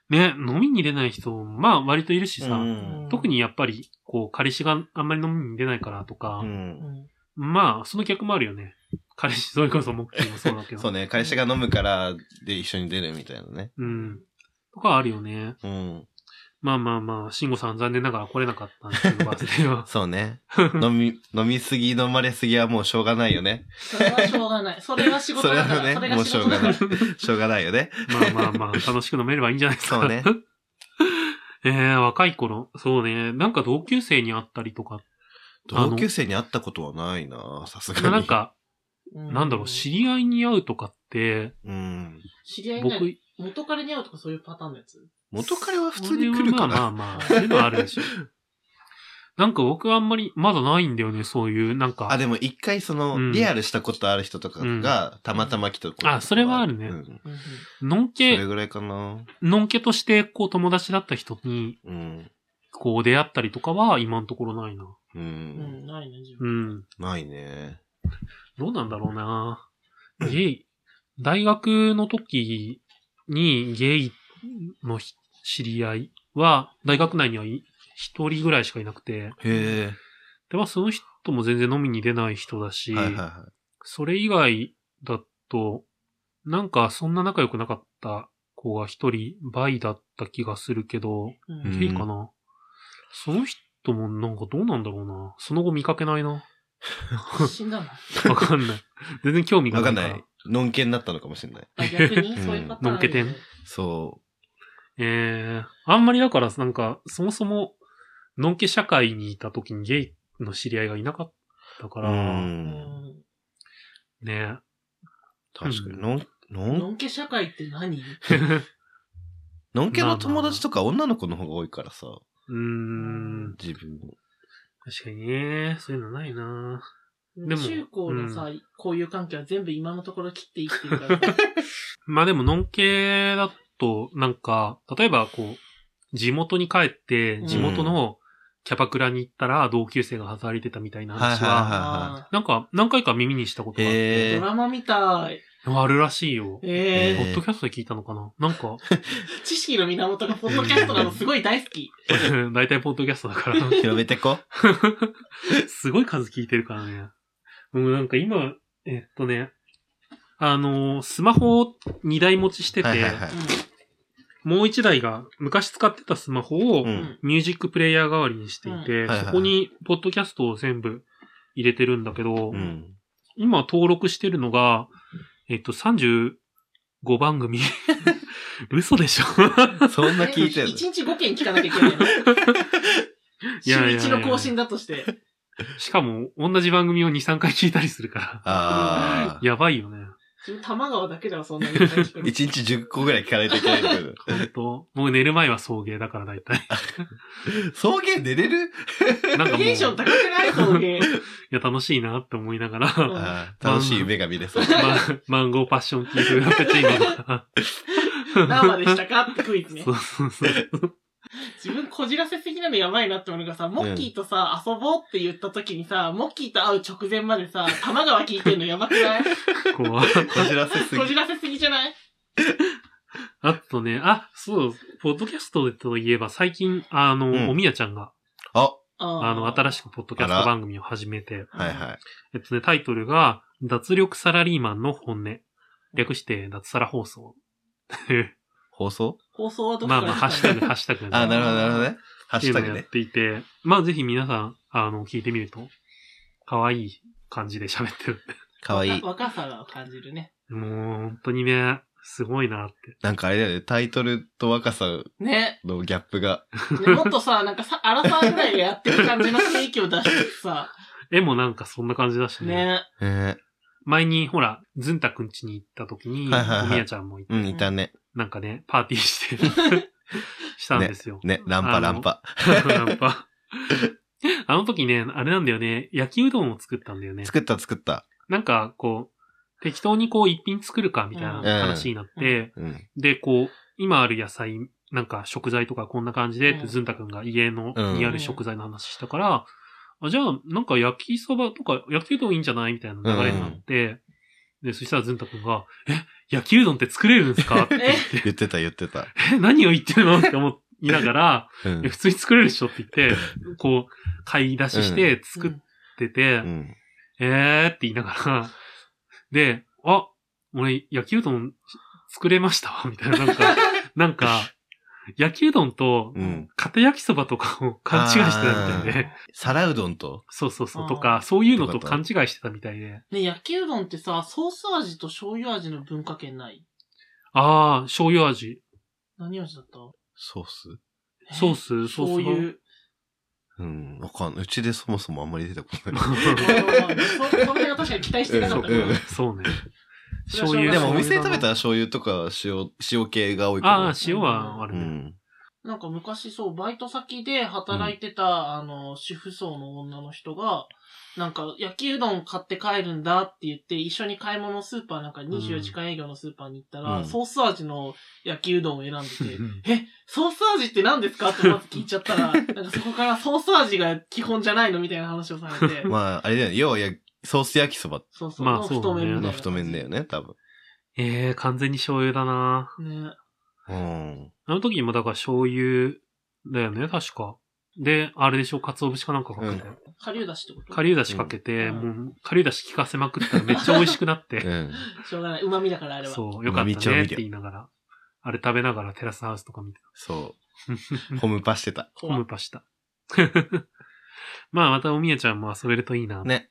Speaker 2: ね、飲みに出ない人、まあ割といるしさ、
Speaker 1: うん
Speaker 2: 特にやっぱり、こう、彼氏があんまり飲みに出ないからとか
Speaker 1: う、。
Speaker 3: うんん。
Speaker 2: まあ、その逆もあるよね。彼氏、それこそモッキーもそうだけど。
Speaker 1: そうね、会社が飲むから、で一緒に出るみたいなね。
Speaker 2: うん。とかあるよね。
Speaker 1: うん。。
Speaker 2: まあまあまあ、慎吾さん残念ながら来れなかったんですけど、バースデー
Speaker 1: (laughs)
Speaker 2: は
Speaker 1: そう
Speaker 2: (laughs)
Speaker 1: ね。飲み、飲みすぎ、飲まれすぎはもうしょうがないよね。
Speaker 3: それはしょうが
Speaker 1: (laughs)
Speaker 3: ない。それは仕事だか
Speaker 1: それはね
Speaker 3: ら、それが仕事だか
Speaker 1: もう
Speaker 3: ら。
Speaker 1: しょう
Speaker 2: (laughs)
Speaker 1: しょうがないよね。
Speaker 2: まあまあまあ、楽しく飲めればいいんじゃないですか。
Speaker 1: そうね。
Speaker 2: (laughs) えー、若い頃、そうね、なんか同級生に会ったりとか、あの
Speaker 1: 同級生に会ったことはないなさすがに。
Speaker 2: なん、か、なんだろう、
Speaker 3: 知
Speaker 2: 知り合いに会うとかって、
Speaker 1: うん。
Speaker 3: り合いにな
Speaker 2: 僕
Speaker 3: い。、元彼に会うとかそういうパターンのやつ。
Speaker 1: 元彼は普通に来るか
Speaker 2: まあ
Speaker 1: な。
Speaker 2: まあまあ、そういうのはある
Speaker 1: (laughs)
Speaker 2: でしょ。なんか僕はあんまり、まだないんだよね、そういう、なんか。
Speaker 1: あ、でも一回その、
Speaker 2: うん
Speaker 1: リアルしたことある人とかが、たまたま来たこと
Speaker 2: あそれはあるね
Speaker 1: うん
Speaker 3: うんうん
Speaker 2: のん
Speaker 1: それ
Speaker 2: け、
Speaker 1: ぐらいかな。
Speaker 2: のんけとして、こう友達だった人に、
Speaker 1: うん。
Speaker 2: こう出会ったりとかは今のところないな。
Speaker 1: う。
Speaker 3: うんん、ないね、自
Speaker 2: う
Speaker 3: 分。
Speaker 2: ん。
Speaker 1: ないね。
Speaker 2: どうなんだろうなゲイ、大学の時にゲイのひ知り合いは、大学内にはい一人ぐらいしかいなくて、
Speaker 1: へ
Speaker 2: で、まあその人も全然飲みに出ない人だし、
Speaker 1: え。はいはいは
Speaker 2: それ以外だと、なんかそんな仲良くなかった子が一人倍だった気がするけど、
Speaker 3: う
Speaker 1: うん
Speaker 3: ん
Speaker 2: いいかな。その人もなんかどうなんだろうな。その後見かけないな。
Speaker 1: (laughs)
Speaker 3: 死んだの
Speaker 2: わかんない。全然興味
Speaker 1: い。
Speaker 2: が
Speaker 1: わ
Speaker 2: な
Speaker 1: か
Speaker 2: い
Speaker 1: ん
Speaker 2: から。
Speaker 1: ない。のんけになったのかもしれない。
Speaker 3: あ逆にそういうパターン
Speaker 2: の
Speaker 3: あるよね。
Speaker 2: んけてん
Speaker 1: そ
Speaker 2: ええあんまりだから、なんか、そもそも、のんけ社会にいた時にゲイの知り合いがいなかったか
Speaker 1: う。う。
Speaker 2: ら、
Speaker 3: うんん
Speaker 2: ね (laughs)
Speaker 1: 確かに。のん、の
Speaker 3: の
Speaker 1: ん、
Speaker 3: んけ社会って何
Speaker 1: のんけの友達とか女の子の方が多いからさ、
Speaker 2: うーん、
Speaker 1: 自分も。
Speaker 2: 確かにね、そういうのないな
Speaker 3: で
Speaker 2: で
Speaker 3: も、
Speaker 2: も
Speaker 3: 中高のさ、交友関係は全部今のところ切っていっ
Speaker 2: (laughs)
Speaker 3: てるから。
Speaker 2: まあでも、のんけだと、なんか、例えばこう、地元に帰って、地元のキャバクラに行ったら同級生が働いてたみたいな話
Speaker 1: はいはい
Speaker 2: は、
Speaker 1: はい
Speaker 3: あ
Speaker 2: なんか、何回か耳にしたことがあって、
Speaker 1: へ
Speaker 3: ードラマみたい。
Speaker 2: あるらしいよ。
Speaker 1: え
Speaker 3: え
Speaker 2: ポッドキャストで聞いたのかななんか、 (laughs)
Speaker 3: ー、知識の源がポッドキャストなのすごい大好き。
Speaker 2: 大体ポッドキャストだから。 (laughs)
Speaker 1: 広めてこ。
Speaker 2: すごい数聞いてるからね。もうなんか今、えっとね、あのースマホを2台持ちしてて、
Speaker 1: はいはいはい。
Speaker 2: もう1台が昔使ってたスマホを
Speaker 1: う。
Speaker 3: うんん。
Speaker 2: ミュージックプレイヤー代わりにしてい
Speaker 1: う
Speaker 2: て、
Speaker 1: んはいはいはい
Speaker 2: そこにポッドキャストを全部入れてるんだけど、
Speaker 1: うん。
Speaker 2: 今登録してるのが、えっと、35番組。嘘でしょ (laughs)
Speaker 1: そんな聞いてる
Speaker 3: 1日5件聞かなきゃいけないの。
Speaker 2: いやいやい
Speaker 3: 週
Speaker 2: や
Speaker 3: 1の更新だとして。
Speaker 2: しかも、同じ番組を2、3回聞いたりするから。
Speaker 1: ああ。
Speaker 2: やばいよね。
Speaker 3: 自分玉川だけではそんなにいっぱい聞く
Speaker 1: (laughs)
Speaker 3: の。
Speaker 1: 一日10個ぐらい聞かないといけないんだけど。
Speaker 2: 本当僕寝る前は送迎だから大体。
Speaker 1: 送迎寝れる
Speaker 2: なんかもう、
Speaker 3: テ
Speaker 2: い
Speaker 3: ンション高くない送迎。
Speaker 2: や楽しいなって思いなが
Speaker 3: うん
Speaker 2: ら、 (laughs)
Speaker 1: (laughs) あー楽しい夢が見れそう。
Speaker 2: ま、マンゴーパッションティーフラペチーノが。
Speaker 3: 何話でしたかってクイズ
Speaker 2: (laughs)
Speaker 3: ね
Speaker 2: そ。うそうそう。
Speaker 3: 自分こじらせすぎなのやばいなって思うのがさ、モッキーとさ、遊ぼうって言った時にさ、モッキーと会う直前までさ、玉川聞いてんのやばく
Speaker 2: (laughs)
Speaker 3: ない
Speaker 2: こう。
Speaker 1: こじらせすぎ
Speaker 3: こ。じらせすぎじゃない
Speaker 2: あとね、あ、そう、ポッドキャストといえば最近、あ
Speaker 1: う
Speaker 2: の、
Speaker 1: ん
Speaker 2: おみやちゃんが、
Speaker 1: あ、
Speaker 3: あ
Speaker 2: あの、新
Speaker 3: し
Speaker 2: しくポッドキャスト番組を始めて、
Speaker 1: はいはい。
Speaker 2: えっとね、タイトルが、脱力サラリーマンの本音。略して、脱サラ放 (laughs) 送。
Speaker 1: 放送
Speaker 3: 放送はどこ
Speaker 2: ま
Speaker 3: か
Speaker 2: あま
Speaker 3: ら
Speaker 2: あ、ハッシュタグ、ハッシュタグ。
Speaker 1: あ、なるほど、なるほどね。ハ
Speaker 2: っ
Speaker 1: ッ
Speaker 2: て
Speaker 1: シ
Speaker 2: い
Speaker 1: ュタ
Speaker 2: うのを
Speaker 1: グ
Speaker 2: やっ
Speaker 1: ね。
Speaker 2: ていて、まあぜひ皆さん、あの、聞いてみると、可愛い感じで喋ってる。
Speaker 1: かわいい。
Speaker 3: 若さを感じるね。
Speaker 2: もう、本当にね、すごいなって。
Speaker 1: なんかあれだよね。タイトルと若さ
Speaker 3: ね。
Speaker 1: のギャップが。
Speaker 3: ねもっとさ、なんかさ、アラサーぐらいがやってる感じの雰囲気を出してさ、
Speaker 2: 絵もなんかそんな感じだしね。
Speaker 3: ね。
Speaker 1: え
Speaker 2: 前に、ほら、ずんたくん家に行った時に、
Speaker 1: はいはいはい
Speaker 2: おみやちゃんもい
Speaker 1: え。うん、いたね。
Speaker 2: なんかね、パーティーして、
Speaker 1: (laughs)
Speaker 2: したんですよ。
Speaker 1: ね、ランパランパ。
Speaker 2: なんかあの時ね、あれなんだよね、焼きうどんを作ったんだよね。
Speaker 1: 作った作った。
Speaker 2: なんか、こう、適当にこう一品作るかみたいな話になって、
Speaker 1: うん。
Speaker 2: で、こう、今ある野菜、なんか食材とかこんな感じで、
Speaker 3: うん
Speaker 2: ずんたくんが家の、
Speaker 1: うん
Speaker 2: にある食材の話したから、あじゃあ、なんか焼きそばとか、焼きうどんいいんじゃないみたいな流れになって、で、そしたらずんたくんが、え、焼きうどんって作れるんで
Speaker 1: (laughs)
Speaker 2: すかって言って、
Speaker 1: 言ってた言ってた。
Speaker 2: え、何を言ってるのって思いながら、
Speaker 1: う
Speaker 2: いや
Speaker 1: ん。
Speaker 2: 普通に作れるでしょって言って、こう、買い出しして作ってて、
Speaker 1: うん。
Speaker 2: えーって言いながら、で、あ、俺、焼きうどん作れましたわ、みたいな。な
Speaker 1: (laughs)
Speaker 2: んか、なんか、焼きうどんと
Speaker 1: う、ん。
Speaker 2: 片焼きそばとかを勘違いしてたみたいで、
Speaker 1: 皿うどんと。
Speaker 2: そうそうそう、と
Speaker 3: あ
Speaker 2: か、そういうの
Speaker 1: って
Speaker 2: と
Speaker 1: こと
Speaker 2: 勘違いしてたみたいで、
Speaker 3: ね、焼きうどんってさ、ソース味と醤油味の文化圏ない
Speaker 2: あー、醤油味、
Speaker 3: 何味だった
Speaker 1: ソース
Speaker 3: え
Speaker 2: ソース、ソ
Speaker 3: 醤
Speaker 2: ー
Speaker 3: 油。
Speaker 1: うん。わかんうちでそもそもあんまり出てこない。
Speaker 2: ス
Speaker 3: まあまあまあそその辺は確かに期待してな
Speaker 2: が。(laughs)
Speaker 3: か
Speaker 2: そ
Speaker 3: っ
Speaker 1: ん
Speaker 2: う
Speaker 3: たか
Speaker 1: ん
Speaker 3: ら。
Speaker 2: そうね。
Speaker 3: それは
Speaker 2: 醤油
Speaker 1: でもお店で食べたら
Speaker 2: ら、
Speaker 1: 醤油とか塩、塩系が多い
Speaker 2: あ
Speaker 1: か
Speaker 2: ー、塩はある
Speaker 1: ら。う
Speaker 2: ね。
Speaker 1: ん。
Speaker 3: なんか昔そう、バイト先で働いてた、あの、主婦層の女の人が、なんか、焼きうどん買って帰るんだって言って、一緒に買い物スーパーなんか24時間営業のスーパーに行ったら、
Speaker 1: うん
Speaker 3: ソース味の焼きうどんを選んでて、え、ソース味って何ですかってまず聞いちゃったら、なんかそこからソース味が基本じゃないのみたいな話をされて、
Speaker 1: (laughs) まあ、あれだよね。要はや、ソース焼きそば
Speaker 3: そうそう、
Speaker 2: まあ
Speaker 3: の太麺みたい
Speaker 2: そう
Speaker 3: な。
Speaker 1: の太麺だよ。ね、多分。
Speaker 2: えー、完全に醤油だな
Speaker 3: ね。
Speaker 1: うん。
Speaker 2: あの時もだから醤油だよね、確か。で、あれでしょ、鰹節かなんかかけて。
Speaker 3: かりゅうだしってこと
Speaker 2: 顆粒だしかけて、
Speaker 3: うん
Speaker 2: もう、顆粒だし効かせまくったらめっちゃ美味しくな
Speaker 1: (laughs) う
Speaker 2: って、
Speaker 1: ん。
Speaker 3: しょうがない。旨味だから、あれは。
Speaker 2: そう、よかっ
Speaker 1: まあ
Speaker 2: た
Speaker 1: 調味
Speaker 2: ね
Speaker 1: 料
Speaker 2: って言いながら、あれ食べながらテラスハウスとか見て
Speaker 1: そう。ホームパしてた。
Speaker 2: ホームパ
Speaker 3: 怖
Speaker 2: した。 (laughs) まあ、またおみやちゃんも遊べるといいな。
Speaker 1: ね。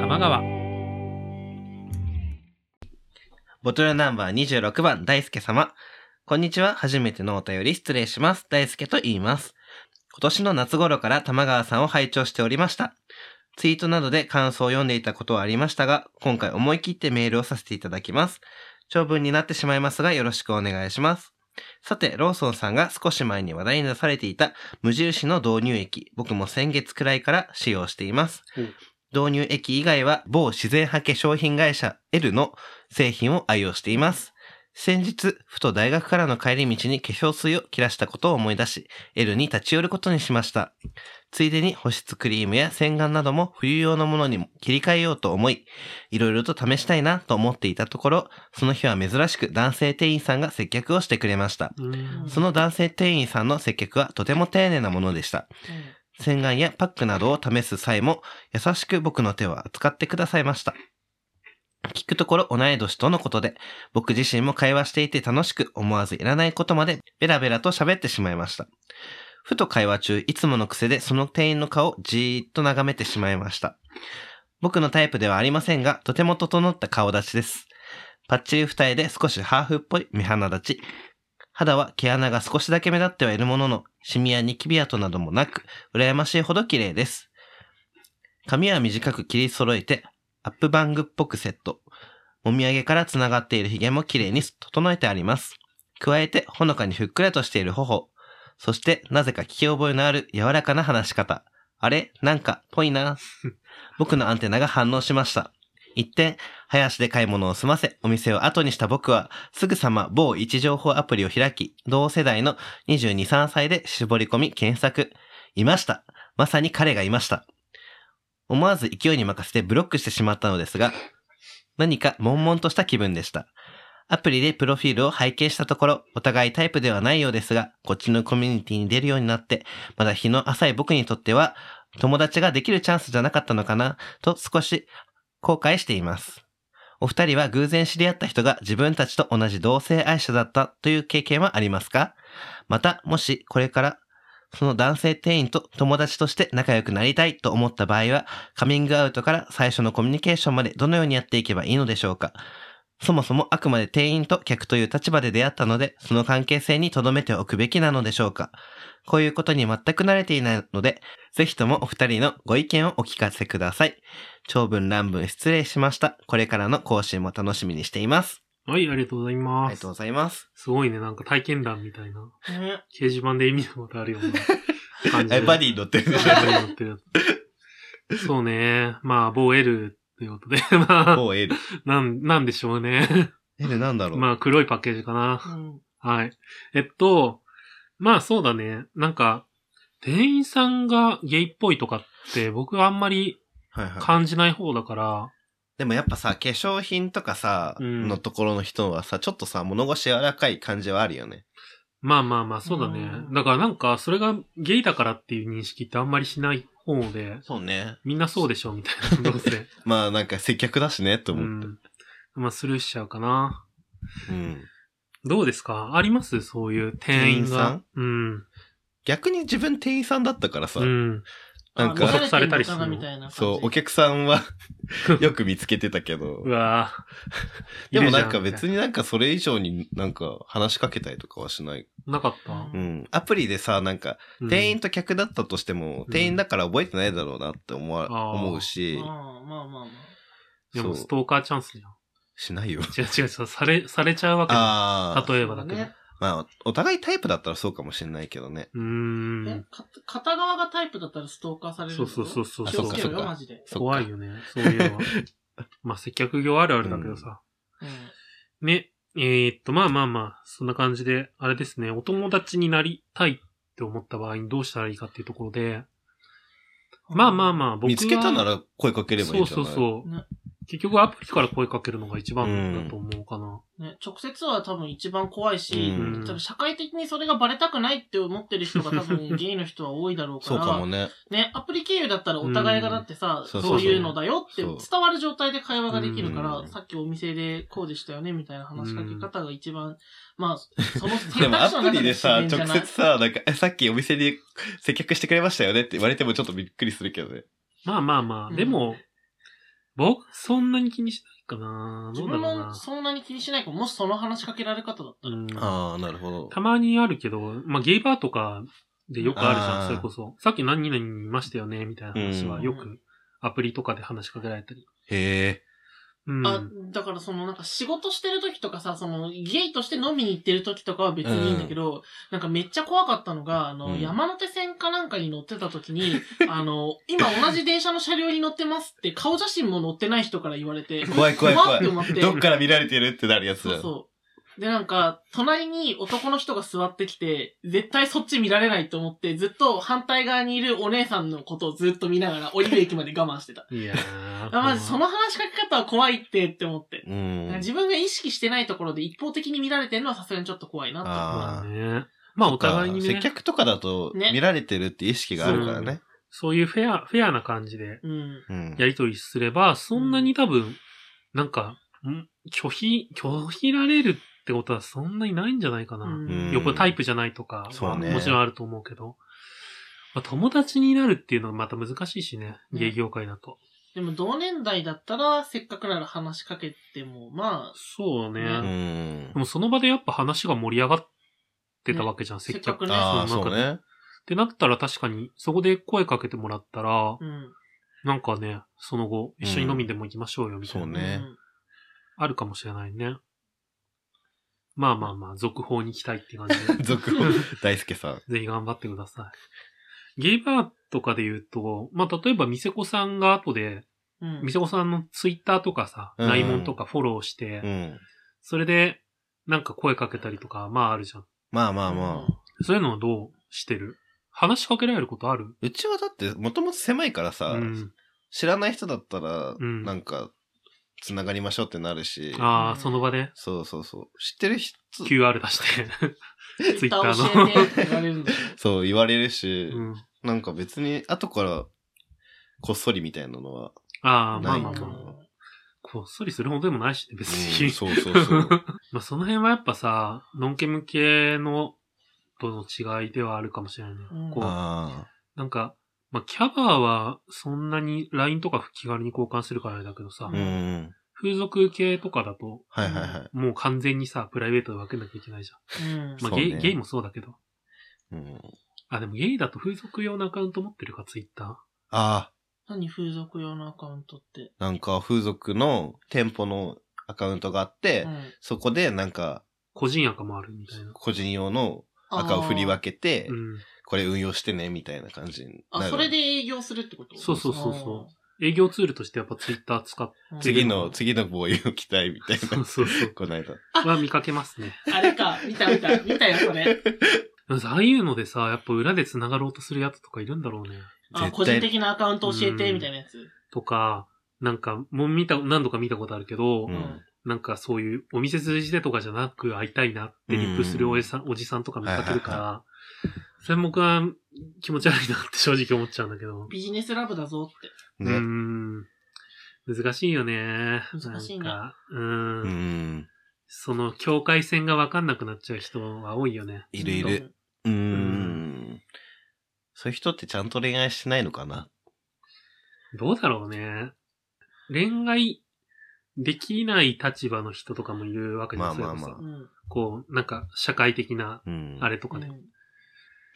Speaker 2: 玉川。
Speaker 1: ボトルナンバー26番、大輔様。こんにちは。初めてのお便り失礼します。大輔と言います。今年の夏頃から玉川さんを拝聴しておりました。ツイートなどで感想を読んでいたことはありましたが、今回思い切ってメールをさせていただきます。長文になってしまいますが、よろしくお願いします。さて、ローソンさんが少し前に話題に出されていた無印の導入液、僕も先月くらいから使用しています
Speaker 2: うん。
Speaker 1: 導入液以外は某自然派化粧品会社 L の製品を愛用しています。先日、ふと大学からの帰り道に化粧水を切らしたことを思い出し、L に立ち寄ることにしました。ついでに保湿クリームや洗顔なども冬用のものにも切り替えようと思い、いろいろと試したいなと思っていたところ、その日は珍しく男性店員さんが接客をしてくれました。
Speaker 2: うん。
Speaker 1: その男性店員さんの接客はとても丁寧なものでした。洗顔やパックなどを試す際も優しく僕の手を扱ってくださいました。聞くところ同い年とのことで、僕自身も会話していて楽しく思わずいらないことまでベラベラと喋ってしまいました。ふと会話中、いつもの癖でその店員の顔をじーっと眺めてしまいました。僕のタイプではありませんが、とても整った顔立ちです。パッチリ二重で少しハーフっぽい目鼻立ち。肌は毛穴が少しだけ目立ってはいるものの、シミやニキビ跡などもなく、羨ましいほど綺麗です。髪は短く切り揃えて、アップバングっぽくセット。もみあげから繋がっている髭も綺麗に整えてあります。加えて、ほのかにふっくらとしている頬。そして、なぜか聞き覚えのある柔らかな話し方。あれなんか、ぽいな。僕のアンテナが反応しました。一点、林で買い物を済ませ、お店を後にした僕は、すぐさま某位置情報アプリを開き、同世代の22、3歳で絞り込み検索。いました。まさに彼がいました。思わず勢いに任せてブロックしてしまったのですが、何か悶々とした気分でした。アプリでプロフィールを拝見したところ、お互いタイプではないようですが、こっちのコミュニティに出るようになって、まだ日の浅い僕にとっては、友達ができるチャンスじゃなかったのかな、と少し後悔しています。お二人は偶然知り合った人が自分たちと同じ同性愛者だったという経験はありますかまた、もしこれからその男性店員と友達として仲良くなりたいと思った場合は、カミングアウトから最初のコミュニケーションまでどのようにやっていけばいいのでしょうかそもそもあくまで店員と客という立場で出会ったので、その関係性に留めておくべきなのでしょうかこういうことに全く慣れていないので、ぜひともお二人のご意見をお聞かせください。長文乱文失礼しました。これからの更新も楽しみにしています。
Speaker 2: はい、ありがとうござい
Speaker 1: あ
Speaker 2: ま
Speaker 1: りが
Speaker 2: す
Speaker 1: とう。ございます。
Speaker 2: すごいね、なんか体験談みたいな。
Speaker 3: うんね
Speaker 2: 掲示板で見たことあるよう
Speaker 1: (laughs)
Speaker 2: な感じで。
Speaker 1: え、バディ乗ってる (laughs) でし
Speaker 2: バディ乗ってるや (laughs) つそうね。まあ、某 L ということで、 (laughs)
Speaker 1: ょ
Speaker 2: まあ、
Speaker 1: もう L。
Speaker 2: なん、なんでしょうね。
Speaker 1: L なんだろう、
Speaker 2: まあ、黒いパッケージかな。
Speaker 3: うん
Speaker 2: はい。えっと、まあそうだね。なんか、店員さんがゲイっぽいとかって僕はあんまり
Speaker 1: はいはい。
Speaker 2: 感じない方だから、
Speaker 1: でもやっぱさ、化粧品とかさ、
Speaker 2: うん
Speaker 1: のところの人はさ、ちょっとさ、物腰柔らかい感じはあるよね。
Speaker 2: まあまあまあそうだね
Speaker 3: う。ん
Speaker 2: だからなんかそれがゲイだからっていう認識ってあんまりしない方で、
Speaker 1: そうね。
Speaker 2: みんなそうでしょみたいな。どうせ。
Speaker 1: まあなんか接客だしね、と
Speaker 2: う
Speaker 1: 思って。
Speaker 2: ん。まあスルーしちゃうかな。
Speaker 1: うん。
Speaker 2: どうですかありますそういう店員が。
Speaker 1: 逆に自分店員さんだったからさ、
Speaker 2: うん。うん。
Speaker 1: なん
Speaker 2: あ
Speaker 3: あ
Speaker 2: も
Speaker 1: か、
Speaker 2: うされたりするの
Speaker 3: 見られてんのかなみたいな感じ
Speaker 1: そう、お客さん
Speaker 2: (laughs)
Speaker 1: はよく見つけてたけど (laughs)
Speaker 2: う、わぁ。
Speaker 1: でも
Speaker 2: いるじゃ
Speaker 1: なんか別になんかそれ以上になんか話しかけたりとかはしない。
Speaker 2: なかっ
Speaker 1: う
Speaker 2: た。
Speaker 1: ん。アプリでさ、なんか、
Speaker 2: うん
Speaker 1: 店員と客だったとしても、
Speaker 2: うん
Speaker 1: 店員だから覚えてないだろうなって思わ、
Speaker 2: あー
Speaker 1: 思うし、
Speaker 3: まあまあまあま
Speaker 2: でも
Speaker 1: そう
Speaker 2: ストーカーチャンスじゃん。
Speaker 1: しない
Speaker 2: (laughs)
Speaker 1: よ。
Speaker 2: 違う違う違う、され、されちゃうわけだ
Speaker 1: ああ。
Speaker 2: 例えば
Speaker 3: あ。
Speaker 2: だけど。
Speaker 3: ね
Speaker 1: まあ、お互いタイプだったらそうかもしれないけどね。
Speaker 2: うーん
Speaker 3: え。か片側がタイプだったらストーカーされる
Speaker 2: そう
Speaker 3: の
Speaker 2: そうそうそう。
Speaker 1: あ
Speaker 3: 気
Speaker 1: そ
Speaker 3: を
Speaker 1: っ
Speaker 3: つ
Speaker 1: か
Speaker 3: け
Speaker 1: そっ
Speaker 3: ろ
Speaker 1: か
Speaker 3: よ、マジで。
Speaker 1: そっか
Speaker 2: 怖いよね。そういう
Speaker 1: (laughs)
Speaker 2: のは。まあ、接客業あるあるだけどさ。
Speaker 3: うん
Speaker 2: ね。えーっと、まあまあまあ、そんな感じで、あれですね、お友達になりたいって思った場合にどうしたらいいかっていうところで、まあまあまあ、僕は。
Speaker 1: 見つけたなら声かければいいん
Speaker 2: そう
Speaker 1: じゃな
Speaker 2: そ
Speaker 1: いう
Speaker 2: そう。
Speaker 3: ね
Speaker 2: 結局アプリから声かけるのが一番だと思うかな。
Speaker 3: ね、直接は多分一番怖いし、
Speaker 1: うん
Speaker 3: 多分社会的にそれがバレたくないって思ってる人が多分ゲイの人は多いだろうか
Speaker 1: そう
Speaker 3: ら、
Speaker 1: かもね。
Speaker 3: ね、アプリ経由だったらお互いがだってさ、
Speaker 1: うん
Speaker 3: そ
Speaker 1: そうう
Speaker 2: そう
Speaker 3: いうのだよって
Speaker 1: そう
Speaker 3: 伝わる状態で会話ができるから、
Speaker 1: うん
Speaker 3: さっきお店でこうでしたよねみたいな話しかけ方が一番、まあ、その
Speaker 1: で
Speaker 3: 選
Speaker 1: も
Speaker 3: 択
Speaker 1: ア
Speaker 3: 肢の
Speaker 1: プ
Speaker 3: 中
Speaker 1: リ
Speaker 3: で
Speaker 1: でさ、
Speaker 3: 自然
Speaker 1: 直
Speaker 3: じゃな
Speaker 1: 接
Speaker 3: い
Speaker 1: さ、なんか、えさっきお店で接客してくれましたよねって言われてもちょっとびっくりするけどね。
Speaker 2: まあまあま
Speaker 3: うん
Speaker 2: あ、でも、僕、そんなに気にしないかな。ど
Speaker 3: 自
Speaker 2: うだろ
Speaker 3: 分
Speaker 2: う
Speaker 3: も
Speaker 2: な。
Speaker 3: そんなに気にしないかも、もしその話しかけられ方だったら。
Speaker 2: うん
Speaker 1: ああ、なるほど
Speaker 2: たまにあるけど、まあゲイバーとかでよくあるじゃ
Speaker 1: あー
Speaker 2: ん、それこそ。さっき何々いましたよね、みたいな話
Speaker 1: う
Speaker 2: は
Speaker 1: ん
Speaker 2: よくアプリとかで話しかけられたり。
Speaker 1: へ
Speaker 2: うん。
Speaker 3: あ、だからそのなんか仕事してる時とかさ、そのゲイとして飲みに行ってる時とかは別にいいんだけど、なんかめっちゃ怖かったのが、あの、
Speaker 1: うん
Speaker 3: 山手線かなんかに乗ってた
Speaker 1: (laughs)
Speaker 3: 時に、あの、今同じ電車の車両に乗ってますって顔写真も載ってない人から言われて
Speaker 1: え。、怖 (laughs) い怖い怖
Speaker 3: って
Speaker 1: い。
Speaker 3: 思って。
Speaker 1: どっから見られてるってなるやつ
Speaker 3: そ
Speaker 1: だ
Speaker 3: う。そう。で、なんか、隣に男の人が座ってきて、絶対そっち見られないと思って、ずっと反対側にいるお姉さんのことをずっと見ながら降りる駅まで我慢してた。
Speaker 2: いやー。
Speaker 3: あ、まずその話しかけ方は怖いってって思って。
Speaker 1: う
Speaker 3: なんか
Speaker 1: ん。
Speaker 3: 自分が意識してないところで一方的に見られてるのはさすがにちょっと怖いなと。
Speaker 2: まあ
Speaker 1: ああ。
Speaker 2: ね。まあお互いに
Speaker 1: 接
Speaker 2: ね、
Speaker 1: 客とかだと
Speaker 3: ね
Speaker 1: 見られてるって意識があるからね。
Speaker 2: そういうフェア、フェアな感じで
Speaker 3: うん。
Speaker 1: うん。
Speaker 2: やりとりすれば、そんなに多分、なんか、ん拒否、拒否られるってことはそんなにないんじゃないかな。
Speaker 3: うん
Speaker 2: よっぽどタイプじゃないとか、
Speaker 1: そうね
Speaker 2: もちろんあると思うけど、まあ、友達になるっていうのがまた難しいしね、
Speaker 3: ね
Speaker 2: 芸業界だと。
Speaker 3: でも同年代だったら、せっかくなら話しかけても、まあ、
Speaker 2: そうね。
Speaker 1: う
Speaker 3: ね
Speaker 1: ん
Speaker 2: で。もその場でやっぱ話が盛り上がってたわけじゃん、
Speaker 3: せっ
Speaker 2: 接
Speaker 3: かく
Speaker 2: 客
Speaker 3: ね
Speaker 1: ああ、
Speaker 2: そ
Speaker 1: そ
Speaker 2: の
Speaker 1: う
Speaker 2: 中で
Speaker 1: ね。
Speaker 2: ってなったら確かに、そこで声かけてもらったら、
Speaker 3: うん。
Speaker 2: なんかね、その後、一緒に飲みでも行きましょうよ、みたい
Speaker 1: そ
Speaker 2: な、
Speaker 1: うね。
Speaker 3: うん
Speaker 2: あるかもしれないね。まあまあまあ、続報に期待って感じ
Speaker 1: (laughs)
Speaker 2: で
Speaker 1: 続報、大輔さん。
Speaker 2: ぜひ頑張ってください。ゲイバーとかで言うと、まあ例えば、店子さんが後で、
Speaker 3: うん。
Speaker 2: 店子さんのツイッターとかさ、
Speaker 1: うん
Speaker 2: 内門とかフォローして、
Speaker 1: うん。
Speaker 2: それで、なんか声かけたりとか、まああるじゃん。
Speaker 1: まあまあまあ。
Speaker 2: そういうのはどうしてる話しかけられることある
Speaker 1: うちはだって、もともと狭いからさ、
Speaker 2: うん。
Speaker 1: 知らない人だったら、
Speaker 2: うん
Speaker 1: なんか、つながりましょうってなるし、
Speaker 2: ああ、その場で
Speaker 1: そうそうそう。知ってる人、
Speaker 2: QR 出
Speaker 1: (laughs)
Speaker 2: して。
Speaker 3: うん。ツイッター
Speaker 2: Twitter の
Speaker 3: 教えてって言われるんだよね。
Speaker 1: そう言われるし、
Speaker 2: うん。
Speaker 1: なんか別に後から、こっそりみたいなのは、
Speaker 2: ああ、 (laughs) ま
Speaker 1: な
Speaker 2: あ
Speaker 1: い
Speaker 2: まあ
Speaker 1: か
Speaker 2: まあ
Speaker 1: な。
Speaker 2: こっそりするほどでもないしね、別
Speaker 1: うん
Speaker 2: に。
Speaker 1: そうそうそう。
Speaker 2: まあその辺はやっぱさ、ノンケ向けのとの違いで (laughs) はあるかもしれないね。
Speaker 3: うん
Speaker 2: こう、
Speaker 1: あ
Speaker 2: なんか、まあキャバーはそんなに LINE とか気軽に交換するからあれだけどさ、
Speaker 1: あ、うん。
Speaker 2: 風俗系とかだと、
Speaker 1: はいはいはい。
Speaker 2: もう完全にさ、プライベートで分けなきゃいけないじ
Speaker 3: うん
Speaker 2: ゃん。まあ
Speaker 1: そう
Speaker 2: ゲ
Speaker 1: ね
Speaker 2: イ、ゲイもそうだけど。
Speaker 1: うん、
Speaker 2: あ、でもゲイだと風俗用のアカウント持ってるか、ツイッタ
Speaker 1: ああ、
Speaker 3: 何風俗用のアカウントって。
Speaker 1: なんか風俗の店舗のアカウントがあって、
Speaker 3: うん
Speaker 1: そこでなんか、
Speaker 2: ー。個人アカもあるみたいな。
Speaker 1: 個人用の赤を振り分けて、
Speaker 2: うん。
Speaker 1: これ運用してね、みたいな感じに
Speaker 3: あー
Speaker 1: な
Speaker 3: あ、
Speaker 1: る。
Speaker 3: それで営業するってこと
Speaker 2: そうそうそうそ営業ツールとしてやっぱツイッター
Speaker 1: (laughs)
Speaker 2: 使っ
Speaker 3: う。
Speaker 1: 次の、次の棒を着たいみた
Speaker 2: て、
Speaker 1: い
Speaker 2: そ
Speaker 1: な
Speaker 2: う。そうそう。
Speaker 1: こないだ。
Speaker 2: は見かけますね。
Speaker 3: あれか、見た見た、見たよ、
Speaker 1: (laughs)
Speaker 3: それ。
Speaker 2: ああいうのでさ、やっぱ裏で繋がろうとするやつとかいるんだろうね。
Speaker 1: 絶
Speaker 3: あ、
Speaker 1: 対
Speaker 3: 個人的なアカウント教えて、みたいなやつ。
Speaker 2: とか、なんか、もう見た、何度か見たことあるけど、
Speaker 1: うん
Speaker 2: なんかそういうお店通じてとかじゃなく会いたいなってリップするおじさん、おじさんとか見かけるから、
Speaker 1: は
Speaker 2: それ僕は気持ち悪いなって正直思っちゃうんだけど。
Speaker 3: ビジネスラブだぞって。
Speaker 2: うー
Speaker 1: ね。
Speaker 2: ん。難しいよね。
Speaker 3: 難しいね
Speaker 2: なんかう。
Speaker 1: うんん。
Speaker 2: その境界線がわかんなくなっちゃう人は多いよね。
Speaker 1: いるいる。うーん。そういう人ってちゃんと恋愛してないのかな
Speaker 2: どうだろうね。恋愛できない立場の人とかもいるわけです
Speaker 1: まあ
Speaker 2: よ。
Speaker 1: まあまあ
Speaker 2: それこ
Speaker 3: うん。うん。
Speaker 2: そこう、なんか社会的な
Speaker 1: うん。
Speaker 2: あれとか
Speaker 3: うん
Speaker 2: ね。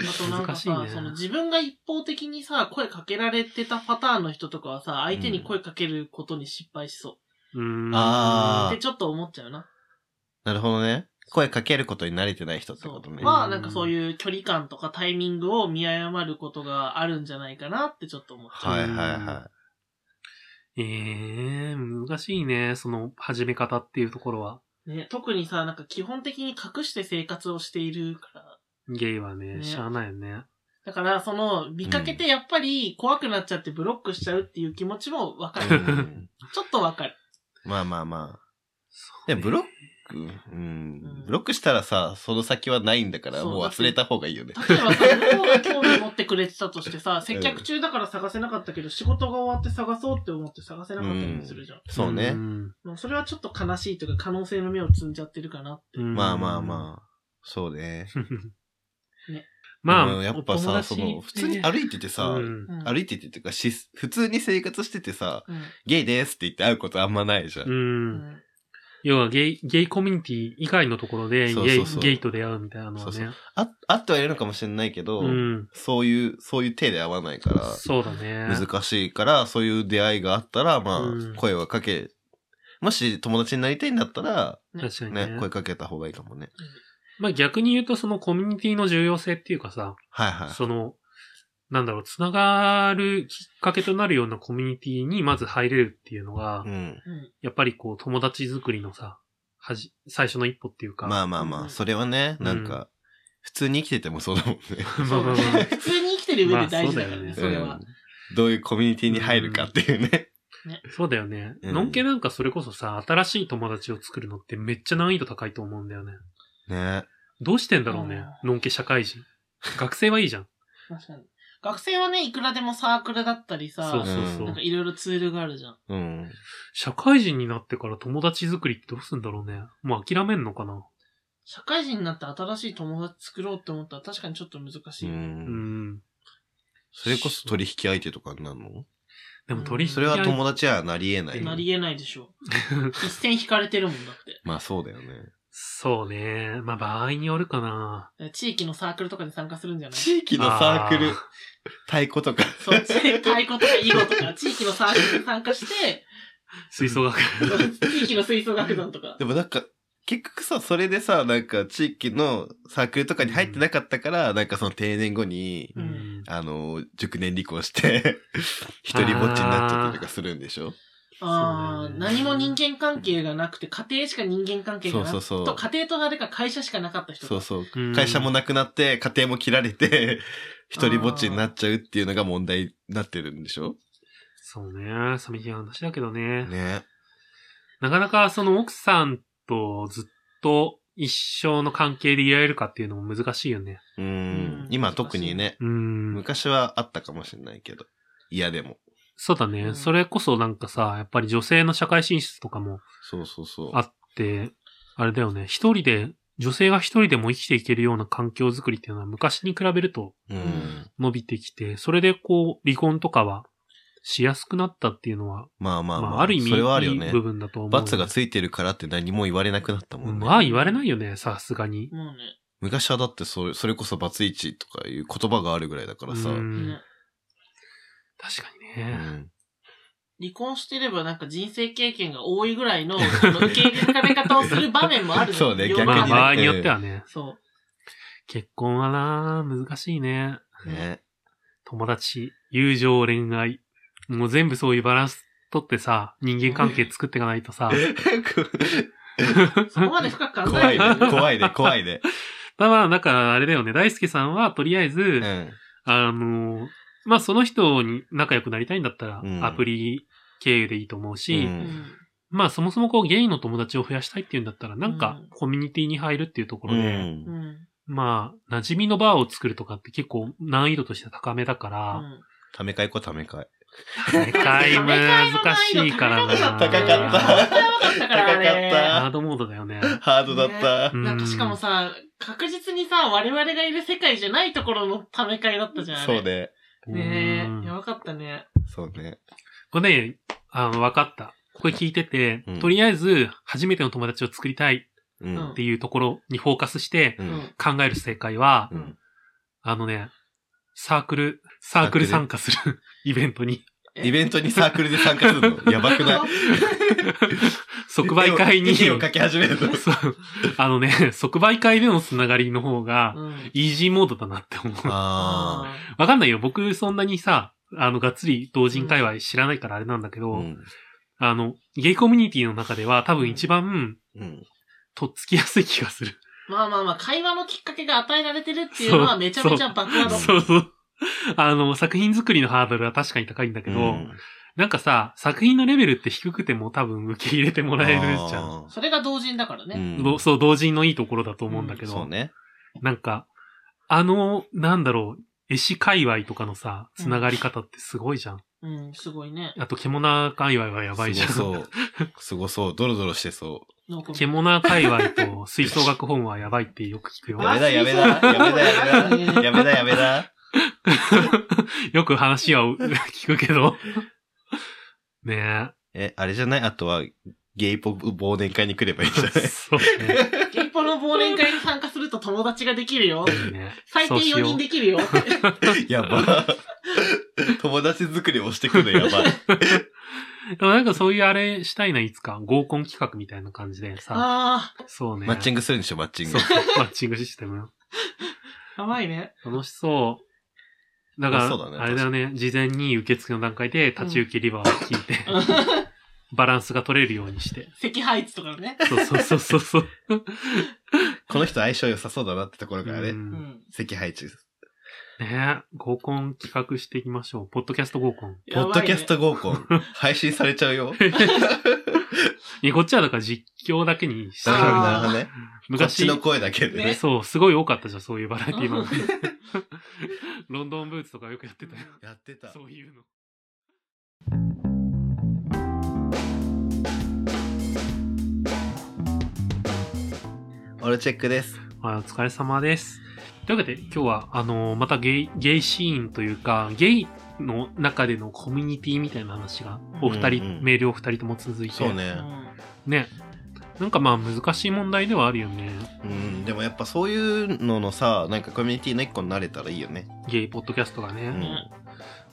Speaker 3: あとなんか
Speaker 2: 難しい
Speaker 3: さ、
Speaker 2: ね
Speaker 3: その自分が一方的にさ、声かけられてたパターンの人とかはさ、相手に声かけることに失敗しそう
Speaker 2: ーん。
Speaker 3: う。
Speaker 1: あ
Speaker 3: っ
Speaker 1: あ
Speaker 3: て、ちょっと思っちゃうな。
Speaker 1: なるほどね。声かけることに慣れてない人って
Speaker 3: そ
Speaker 1: ことね
Speaker 3: う。。は、なんかそういう距離感とかタイミングを見誤ることがあるんじゃないかなってちょっと思っちゃう。
Speaker 1: はいはいは
Speaker 2: ええー、難しいね。その始め方っていうところは。
Speaker 3: ね、特にさ、なんか基本的に隠して生活をしているから。
Speaker 2: ゲイはね、
Speaker 3: ね
Speaker 2: しゃあないよね。
Speaker 3: だから、その、見かけてやっぱり怖くなっちゃってブロックしちゃうっていう気持ちもわ
Speaker 1: (laughs)
Speaker 3: か
Speaker 1: い。う
Speaker 3: る。
Speaker 1: ん
Speaker 3: ちょっとわかる。
Speaker 1: まあまあまあ。
Speaker 2: そう
Speaker 1: で、
Speaker 2: ね
Speaker 1: ブロック、うん、ブロックしたらさ、その先はないんだから、
Speaker 3: そう
Speaker 1: もう忘れた方がいいよね。
Speaker 3: 例えばさ、向こうが興味持ってくれてたとし
Speaker 2: (laughs)
Speaker 3: てさ、接客中だから探せなかったけど、仕事が終わって探そうって思って探せなかったりするじゃん。
Speaker 1: そうね。
Speaker 2: ん
Speaker 3: まあそれはちょっと悲しいというか、可能性の芽を摘んじゃってるかなって。
Speaker 2: うん
Speaker 1: まあまあまあ。そうね。
Speaker 3: ね
Speaker 2: ま
Speaker 1: でも
Speaker 2: あ、
Speaker 1: やっぱ
Speaker 3: お友
Speaker 1: さ、
Speaker 3: 達
Speaker 1: その、普通に歩いててさ、
Speaker 2: うん
Speaker 3: うん
Speaker 1: 歩いててっていうか、し、普通に生活しててさ、
Speaker 3: うん
Speaker 1: ゲイですって言って会うことあんまないじゃん。
Speaker 3: う
Speaker 2: うん。
Speaker 3: ん
Speaker 2: 要はゲイ、ゲイコミュニティ以外のところで
Speaker 1: そうそ
Speaker 2: ゲイ
Speaker 1: うそう
Speaker 2: ゲイと出会うみたいなのは
Speaker 1: そうそ
Speaker 2: ね。
Speaker 1: あ、あってはいるのかもしれないけど、
Speaker 2: うん。
Speaker 1: そういう、そういう手で会わないから、
Speaker 2: そうだね。
Speaker 1: 難しいから、そういう出会いがあったら、ま
Speaker 2: うん
Speaker 1: あ、声はかけ、もし友達になりたいんだったら、
Speaker 2: 確かにね
Speaker 1: ね、。声かけた方がいいかもね。
Speaker 2: まあ逆に言うとそのコミュニティの重要性っていうかさ、
Speaker 1: はいはい。
Speaker 2: その、なんだろう、つながるきっかけとなるようなコミュニティにまず入れるっていうのが、
Speaker 1: うん。
Speaker 3: うん
Speaker 2: やっぱりこう友達作りのさ、はじ、最初の一歩っていうか。
Speaker 1: ま
Speaker 2: あ、
Speaker 1: あまあま
Speaker 3: う
Speaker 1: あ、
Speaker 3: ん
Speaker 1: それはね、なんか、普通に生きててもそうだもんね。
Speaker 2: まあまあまあ。
Speaker 3: 普通に生きてる上で大事だから
Speaker 2: まあ (laughs)
Speaker 3: ね、
Speaker 2: そ
Speaker 3: そう
Speaker 2: だ
Speaker 3: れ
Speaker 2: よ
Speaker 3: は
Speaker 1: う。んどういうコミュニティに入るかっていうね。
Speaker 2: (laughs) そうだよね。
Speaker 1: うん
Speaker 2: のんけなんかそれこそさ、新しい友達を作るのってめっちゃ難易度高いと思うんだよね。
Speaker 1: ね。
Speaker 2: どうしてんだろうね、のんけ社会人。学生はいいじ (laughs) ゃん。
Speaker 3: 確かに。学生はね、いくらでもサークルだったり
Speaker 2: そう
Speaker 3: さ、
Speaker 2: そうそう。
Speaker 3: なんかいろいろツールがあるじゃん。
Speaker 1: うん。
Speaker 2: 社会人になってから友達作りってどうすんだろうね。もう諦めんのかな。
Speaker 3: 社会人になって新しい友達作ろうって思ったら確かにちょっと難し
Speaker 1: う。
Speaker 3: い。
Speaker 2: うんん。
Speaker 1: それこそ取引相手とかになるの
Speaker 2: でも取引
Speaker 1: それは友達はなり得な。
Speaker 3: ないり得ないでしょう。一線引かれてるもんだって。
Speaker 1: まあそうだよね。
Speaker 2: そうね。まあ場合によるかな。
Speaker 3: 地域のサークルとかに参加するんじゃない
Speaker 1: 地域のサークル
Speaker 2: あー、
Speaker 1: 太鼓とか。
Speaker 3: そう、地域太鼓とか囲碁とか、地域のサークルに参加
Speaker 1: (laughs)
Speaker 3: して、
Speaker 2: (laughs) 吹奏楽。
Speaker 3: 地域の吹奏楽団とか
Speaker 1: (laughs) で。もなんか、結局さ、それでさ、なんか地域のサークルとかに入ってなかったから、なんかその定年後に、
Speaker 3: うん
Speaker 2: うん
Speaker 1: あの、熟年離婚して、 (laughs) 一人ぼっちになっちゃったりとかするんでしょ
Speaker 3: あ
Speaker 2: そう
Speaker 3: あ、
Speaker 2: ね
Speaker 3: 何も人間関係がなくて、家庭しか人間関係がなく
Speaker 1: そ
Speaker 3: て、
Speaker 1: うそうそう
Speaker 3: と家庭と誰か会社しかなかった人
Speaker 1: そうそう
Speaker 2: うん。
Speaker 1: 会社もなくなって、家庭も切られて、 (laughs) 一人ぼっちになっちゃうっていうのが問題になってるんでしょ
Speaker 2: そうね。寂しい話だけどね。
Speaker 1: ね。
Speaker 2: なかなかその奥さんとずっと一生の関係でいられるかっていうのも難しいよね。
Speaker 1: う
Speaker 3: うんん。
Speaker 1: 今特にね、
Speaker 2: うん。
Speaker 1: 昔はあったかもしれないけど、嫌でも。
Speaker 2: そうだ
Speaker 3: う
Speaker 2: ね。
Speaker 3: ん
Speaker 2: それこそなんかさ、やっぱり女性の社会進出とかも
Speaker 1: そうそうそう。
Speaker 2: あって、あれだよね。一人で、女性が一人でも生きていけるような環境づくりっていうのは昔に比べると
Speaker 1: うん。
Speaker 2: 伸びてきて、それでこう、離婚とかはしやすくなったっていうのは、
Speaker 1: まあまあ
Speaker 2: ま
Speaker 1: ま
Speaker 2: あ、
Speaker 1: あ、
Speaker 2: ある意味、
Speaker 1: それはあるよね
Speaker 2: いい。部分だと思う。
Speaker 1: 罰がついてるからって何も言われなくなったもんね。
Speaker 2: まあ言われないよね、さすがに。
Speaker 3: もうね。
Speaker 1: 昔はだってそれ、それこそバツイチとかいう言葉があるぐらいだからさ。
Speaker 2: う
Speaker 1: うん
Speaker 3: ね
Speaker 2: 確かにね。
Speaker 1: ん
Speaker 3: 離婚してればなんか人生経験が多いぐらいの、その受け入れられ方をする場面もある
Speaker 1: そうね
Speaker 3: 世の
Speaker 1: 逆
Speaker 2: ま
Speaker 3: 中
Speaker 2: あ
Speaker 1: にね
Speaker 2: 場合によってはね、
Speaker 3: そ
Speaker 2: 結婚はな、難しいね。
Speaker 3: うん
Speaker 1: ね。
Speaker 2: 友達、友情、恋愛。もう全部そういうバランス取ってさ、人間関係作っていかないと
Speaker 1: (laughs)
Speaker 2: さ。
Speaker 3: う。そこまで深く考
Speaker 1: 怖
Speaker 3: え
Speaker 1: い
Speaker 3: る
Speaker 1: ね。 (laughs) 怖いね。怖い
Speaker 2: (laughs)
Speaker 1: ね。
Speaker 2: まあまあ、だからあれだよね、大輔さんはとりあえず、
Speaker 1: うん。
Speaker 2: あのー、まあその人に仲良くなりたいんだったら
Speaker 1: う、ん
Speaker 2: アプリ経由でいいと思うし、
Speaker 1: うん
Speaker 3: うん
Speaker 2: まあそもそもこうゲイの友達を増やしたいっていうんだったら、なんか
Speaker 3: うん
Speaker 2: コミュニティに入るっていうとこ
Speaker 1: う
Speaker 2: ろで、
Speaker 1: ん
Speaker 3: う。ん。
Speaker 2: まあ、馴染みのバーを作るとかって結構難易度としては高めだか
Speaker 3: う
Speaker 2: ら、
Speaker 3: ん
Speaker 1: ためかいこためかい。
Speaker 2: 世界難しいからな。
Speaker 3: 高
Speaker 1: 高かっ
Speaker 3: 高かったから、あれ
Speaker 1: 高かった
Speaker 2: ハードモードだよね。
Speaker 1: た。 (laughs) ハードだった。
Speaker 2: ね
Speaker 3: (laughs) なんかしかもさ、確実にさ、我々がいる世界じゃないところのため会だったじゃん。あれ
Speaker 1: そう。ね。
Speaker 2: う
Speaker 3: ね
Speaker 2: ん
Speaker 3: え、やばかったね。
Speaker 1: そうね。
Speaker 2: これね、あの、わかった。これ聞いてて、
Speaker 1: うん
Speaker 2: とりあえず、初めての友達を作りたい
Speaker 1: うんん
Speaker 2: っ。ていうところにフォーカスして
Speaker 1: う。
Speaker 3: うんん。
Speaker 2: 考える正解は、
Speaker 1: うん。
Speaker 2: あのね、サークル、サークル
Speaker 1: サー
Speaker 2: 参加する (laughs) イベントに、
Speaker 1: イベントにサークルで参加するのやばく (laughs) ない
Speaker 2: 即売会に、
Speaker 1: 絵を絵を描き始めるの。
Speaker 2: そうあのね、即売会でのつながりの方が、
Speaker 3: うん。
Speaker 2: イージーモードだなって思う。
Speaker 1: (laughs) あ
Speaker 2: わかんないよ。僕、そんなにさ、あの、がっつり同人界隈知らないからあれなんだけ
Speaker 1: あ。
Speaker 2: ど、
Speaker 1: うん。
Speaker 2: あの、ゲイコミュニティの中では多分一番、
Speaker 1: うん。
Speaker 2: とっつきやすい気がする。
Speaker 3: まあまあまあ、会話のきっかけが与えられてるっていうの
Speaker 2: そ
Speaker 3: は
Speaker 2: う
Speaker 3: めちゃめちゃ爆破だ
Speaker 1: ん
Speaker 3: もん。
Speaker 2: そうそう。あの、作品作りのハードルは確かに高いんだけど、
Speaker 1: うん
Speaker 2: なんかさ、作品のレベルって低くても多分受け入れてもらえるじゃん。
Speaker 1: あ
Speaker 3: それが同人だから
Speaker 1: ー
Speaker 3: ね。
Speaker 1: うん
Speaker 2: どそう、同人のいいところだと思うんだけど、
Speaker 1: そうね。
Speaker 2: なんか、あの、なんだろう、絵師界隈とかのさ、つながり方ってすごいじゃん。
Speaker 3: うん、すごいね。
Speaker 2: あと、獣界隈はやばいじゃん。
Speaker 1: すごそう。すごそう。ドロドロしてそ
Speaker 3: なんか
Speaker 2: 獣界隈と吹奏楽本はやばいってよく聞く
Speaker 1: (laughs)
Speaker 2: よ
Speaker 1: う。。やめだ、やめだ、
Speaker 3: あそう
Speaker 1: やめだ、やめだ、
Speaker 3: そう
Speaker 1: やめだ、やめだ。
Speaker 2: よく話は (laughs) 聞くけど。
Speaker 1: (laughs)
Speaker 2: ね
Speaker 1: え、あれじゃないあとは、ゲイポ忘年会に来ればいいんじゃな
Speaker 2: え。そうね。
Speaker 3: ゲイポの忘年会に参加すると友達ができるよ。
Speaker 2: いいね
Speaker 3: 最低
Speaker 2: そうしよ
Speaker 3: 4
Speaker 2: う
Speaker 3: 人でき
Speaker 2: (laughs)
Speaker 3: るよ。
Speaker 1: いやば。友達作りをしてくるのやばい。
Speaker 2: でもなんかそういうあれしたいな、いつか。合コン企画みたいな感じでさ。
Speaker 3: あ
Speaker 2: そうね。
Speaker 1: マッチン
Speaker 2: グ。
Speaker 1: グするんでしょ、マッチング
Speaker 2: そう。、マッチングシステム。
Speaker 3: あ、やばいね。
Speaker 2: 楽しそう。だから、
Speaker 1: 楽しそうだね
Speaker 2: あれだよね、事前に受付の段階で立ち受けリバーを聞いて、 (laughs)
Speaker 3: (laughs)
Speaker 2: バランスが取れるようにして。
Speaker 3: 赤配置とかね。
Speaker 2: そうそうそうそうそう。
Speaker 1: この人相性良さそうだなってところから
Speaker 2: う
Speaker 1: ね。
Speaker 3: うんん。
Speaker 1: 席配置。
Speaker 2: ねえ、合コン企画していきましょう。ポッドキャスト合コン。
Speaker 1: ポッ
Speaker 3: やばいね
Speaker 1: ドキャスト合コン、配信されちゃう
Speaker 2: (laughs)
Speaker 1: よ。
Speaker 2: いやこっちはだから実況だけにして
Speaker 1: なるほど、
Speaker 3: あー
Speaker 1: なるほどね。こっ
Speaker 2: 昔
Speaker 1: ちの声だけでね
Speaker 3: ね。
Speaker 2: そう、すごい多かったじゃん、そういうバラエティー番組。 (laughs) ロンドンブーツとかよくやってたよ。
Speaker 1: やってた。
Speaker 2: そういうの。
Speaker 1: オルチェックです。
Speaker 2: はい、お疲れ様です。というわけで、今日は、あのーまたゲイ、ゲイシーンというか、ゲイの中でのコミュニティみたいな話が、お二人、
Speaker 1: うんうん
Speaker 2: メールお二人とも続いて。
Speaker 1: そう
Speaker 3: う
Speaker 1: ね。
Speaker 3: ん
Speaker 2: ね。なんかまあ、難しい問題ではあるよね。
Speaker 1: うん、でもやっぱそういうののさ、なんかコミュニティの一個になれたらいいよね。
Speaker 2: ゲイポッドキャストがね。
Speaker 1: うん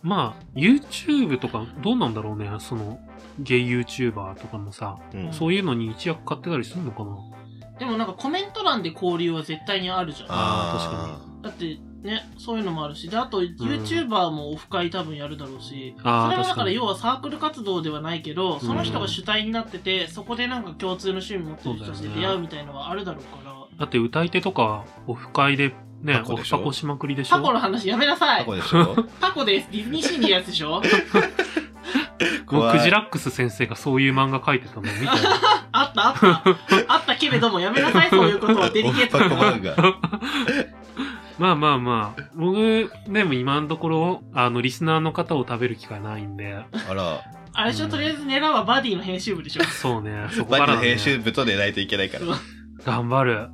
Speaker 2: まあ、YouTube とか、どうなんだろうね。その、ゲイ YouTuber とかもさ、
Speaker 1: うん。
Speaker 2: そういうのに一役買ってたりするのかな。
Speaker 3: でもなんかコメント欄で交流は絶対にあるじゃん。だ
Speaker 1: あー
Speaker 3: ってね、そういうのもあるし、で、あと YouTuber もオフ会多分やるだろうし、
Speaker 2: あ
Speaker 3: それ
Speaker 2: あ、
Speaker 3: はだ
Speaker 2: 確
Speaker 3: か
Speaker 2: からに。
Speaker 3: 要はサークル活動ではないけど、その人が主体になってて、そこでなんか共通の趣味持ってる人たちで出会うみたいのはあるだろうから、
Speaker 2: だって歌い手とか、オフ会で、ね
Speaker 1: タ、コ
Speaker 2: オ
Speaker 1: で
Speaker 2: フ
Speaker 1: しょ
Speaker 2: パコしまくりでしょ
Speaker 3: タコの話やめなさ
Speaker 1: タ
Speaker 3: い
Speaker 1: コでしょ
Speaker 3: タコですディズニーシーにいるやつでしょ
Speaker 2: も
Speaker 3: (laughs)
Speaker 2: う
Speaker 1: 怖い
Speaker 2: クジラックス先生がそういう漫画描いてたの見たよ
Speaker 3: あったあったあったけれどもやめな
Speaker 1: (laughs)
Speaker 3: さいそういうことをデリケート
Speaker 1: オフパコ
Speaker 3: な
Speaker 1: 漫画。
Speaker 2: (laughs) まあまあまあ。僕、でも今のところ、あの、リスナーの方を食べる機会ないんで、
Speaker 1: あら、
Speaker 3: あれでしょとりあえず狙うはバディの編集部でしょ
Speaker 2: そうね、そこか
Speaker 1: バ
Speaker 2: ら
Speaker 1: ディ
Speaker 2: な
Speaker 1: の
Speaker 2: んで
Speaker 1: 編集部とでないといけないから。お
Speaker 2: 頑張る。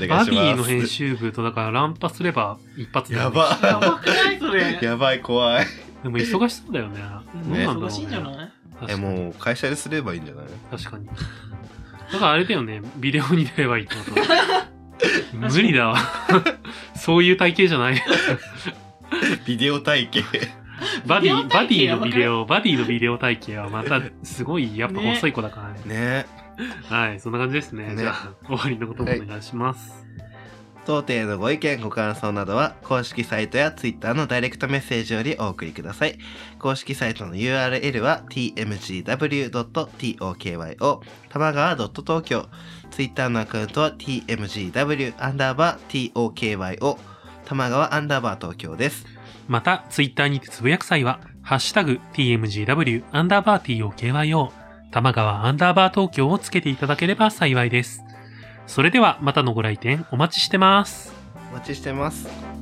Speaker 1: 願
Speaker 2: バ
Speaker 1: い
Speaker 2: デ
Speaker 1: し
Speaker 2: ィ
Speaker 1: ま
Speaker 2: の
Speaker 1: す。
Speaker 2: 編集部と、だから乱破すれば一発だよ
Speaker 1: や
Speaker 2: ね
Speaker 1: ば。
Speaker 3: やばくないそれ
Speaker 1: やばい、怖い。
Speaker 2: でも忙しそうだよね。
Speaker 3: うん
Speaker 1: ね
Speaker 2: どうなんだろうね
Speaker 3: 忙しいんじゃない
Speaker 2: 確か
Speaker 1: え、
Speaker 2: に
Speaker 1: もう会社ですればいいんじゃない
Speaker 2: 確かに。だからあれだよね、ビデオに出ればいいってこと。
Speaker 3: (laughs)
Speaker 2: 無理だわ。 (laughs) そういう体型じゃない。
Speaker 1: ビデオ体系。
Speaker 2: バディ、バデ
Speaker 3: ビデ
Speaker 2: ィ
Speaker 3: オ
Speaker 2: の
Speaker 3: 体型
Speaker 2: ビデオ、バディのビデオ体型はまた、すごい、やっぱ
Speaker 3: ね
Speaker 2: 細い子だからね。
Speaker 1: ね
Speaker 2: はい、そんな感じですね。
Speaker 1: ね
Speaker 2: じゃあ、終わりのこともお願いします。
Speaker 1: 当店のご意見ご感想などは公式サイトや Twitter のダイレクトメッセージよりお送りください公式サイトの URL は tmgw.tokyo 玉川 .tokyo Twitter のアカウントは tmgw.tokyo 玉川アンダーバー東京です
Speaker 2: また、ツイッターにてつぶやく際は、ハッシュタグ、tmgw、アンダーバー tokyo、玉川アンダーバー東京をつけていただければ幸いです。それでは、またのご来店お待ちしてます。
Speaker 1: お待ちしてます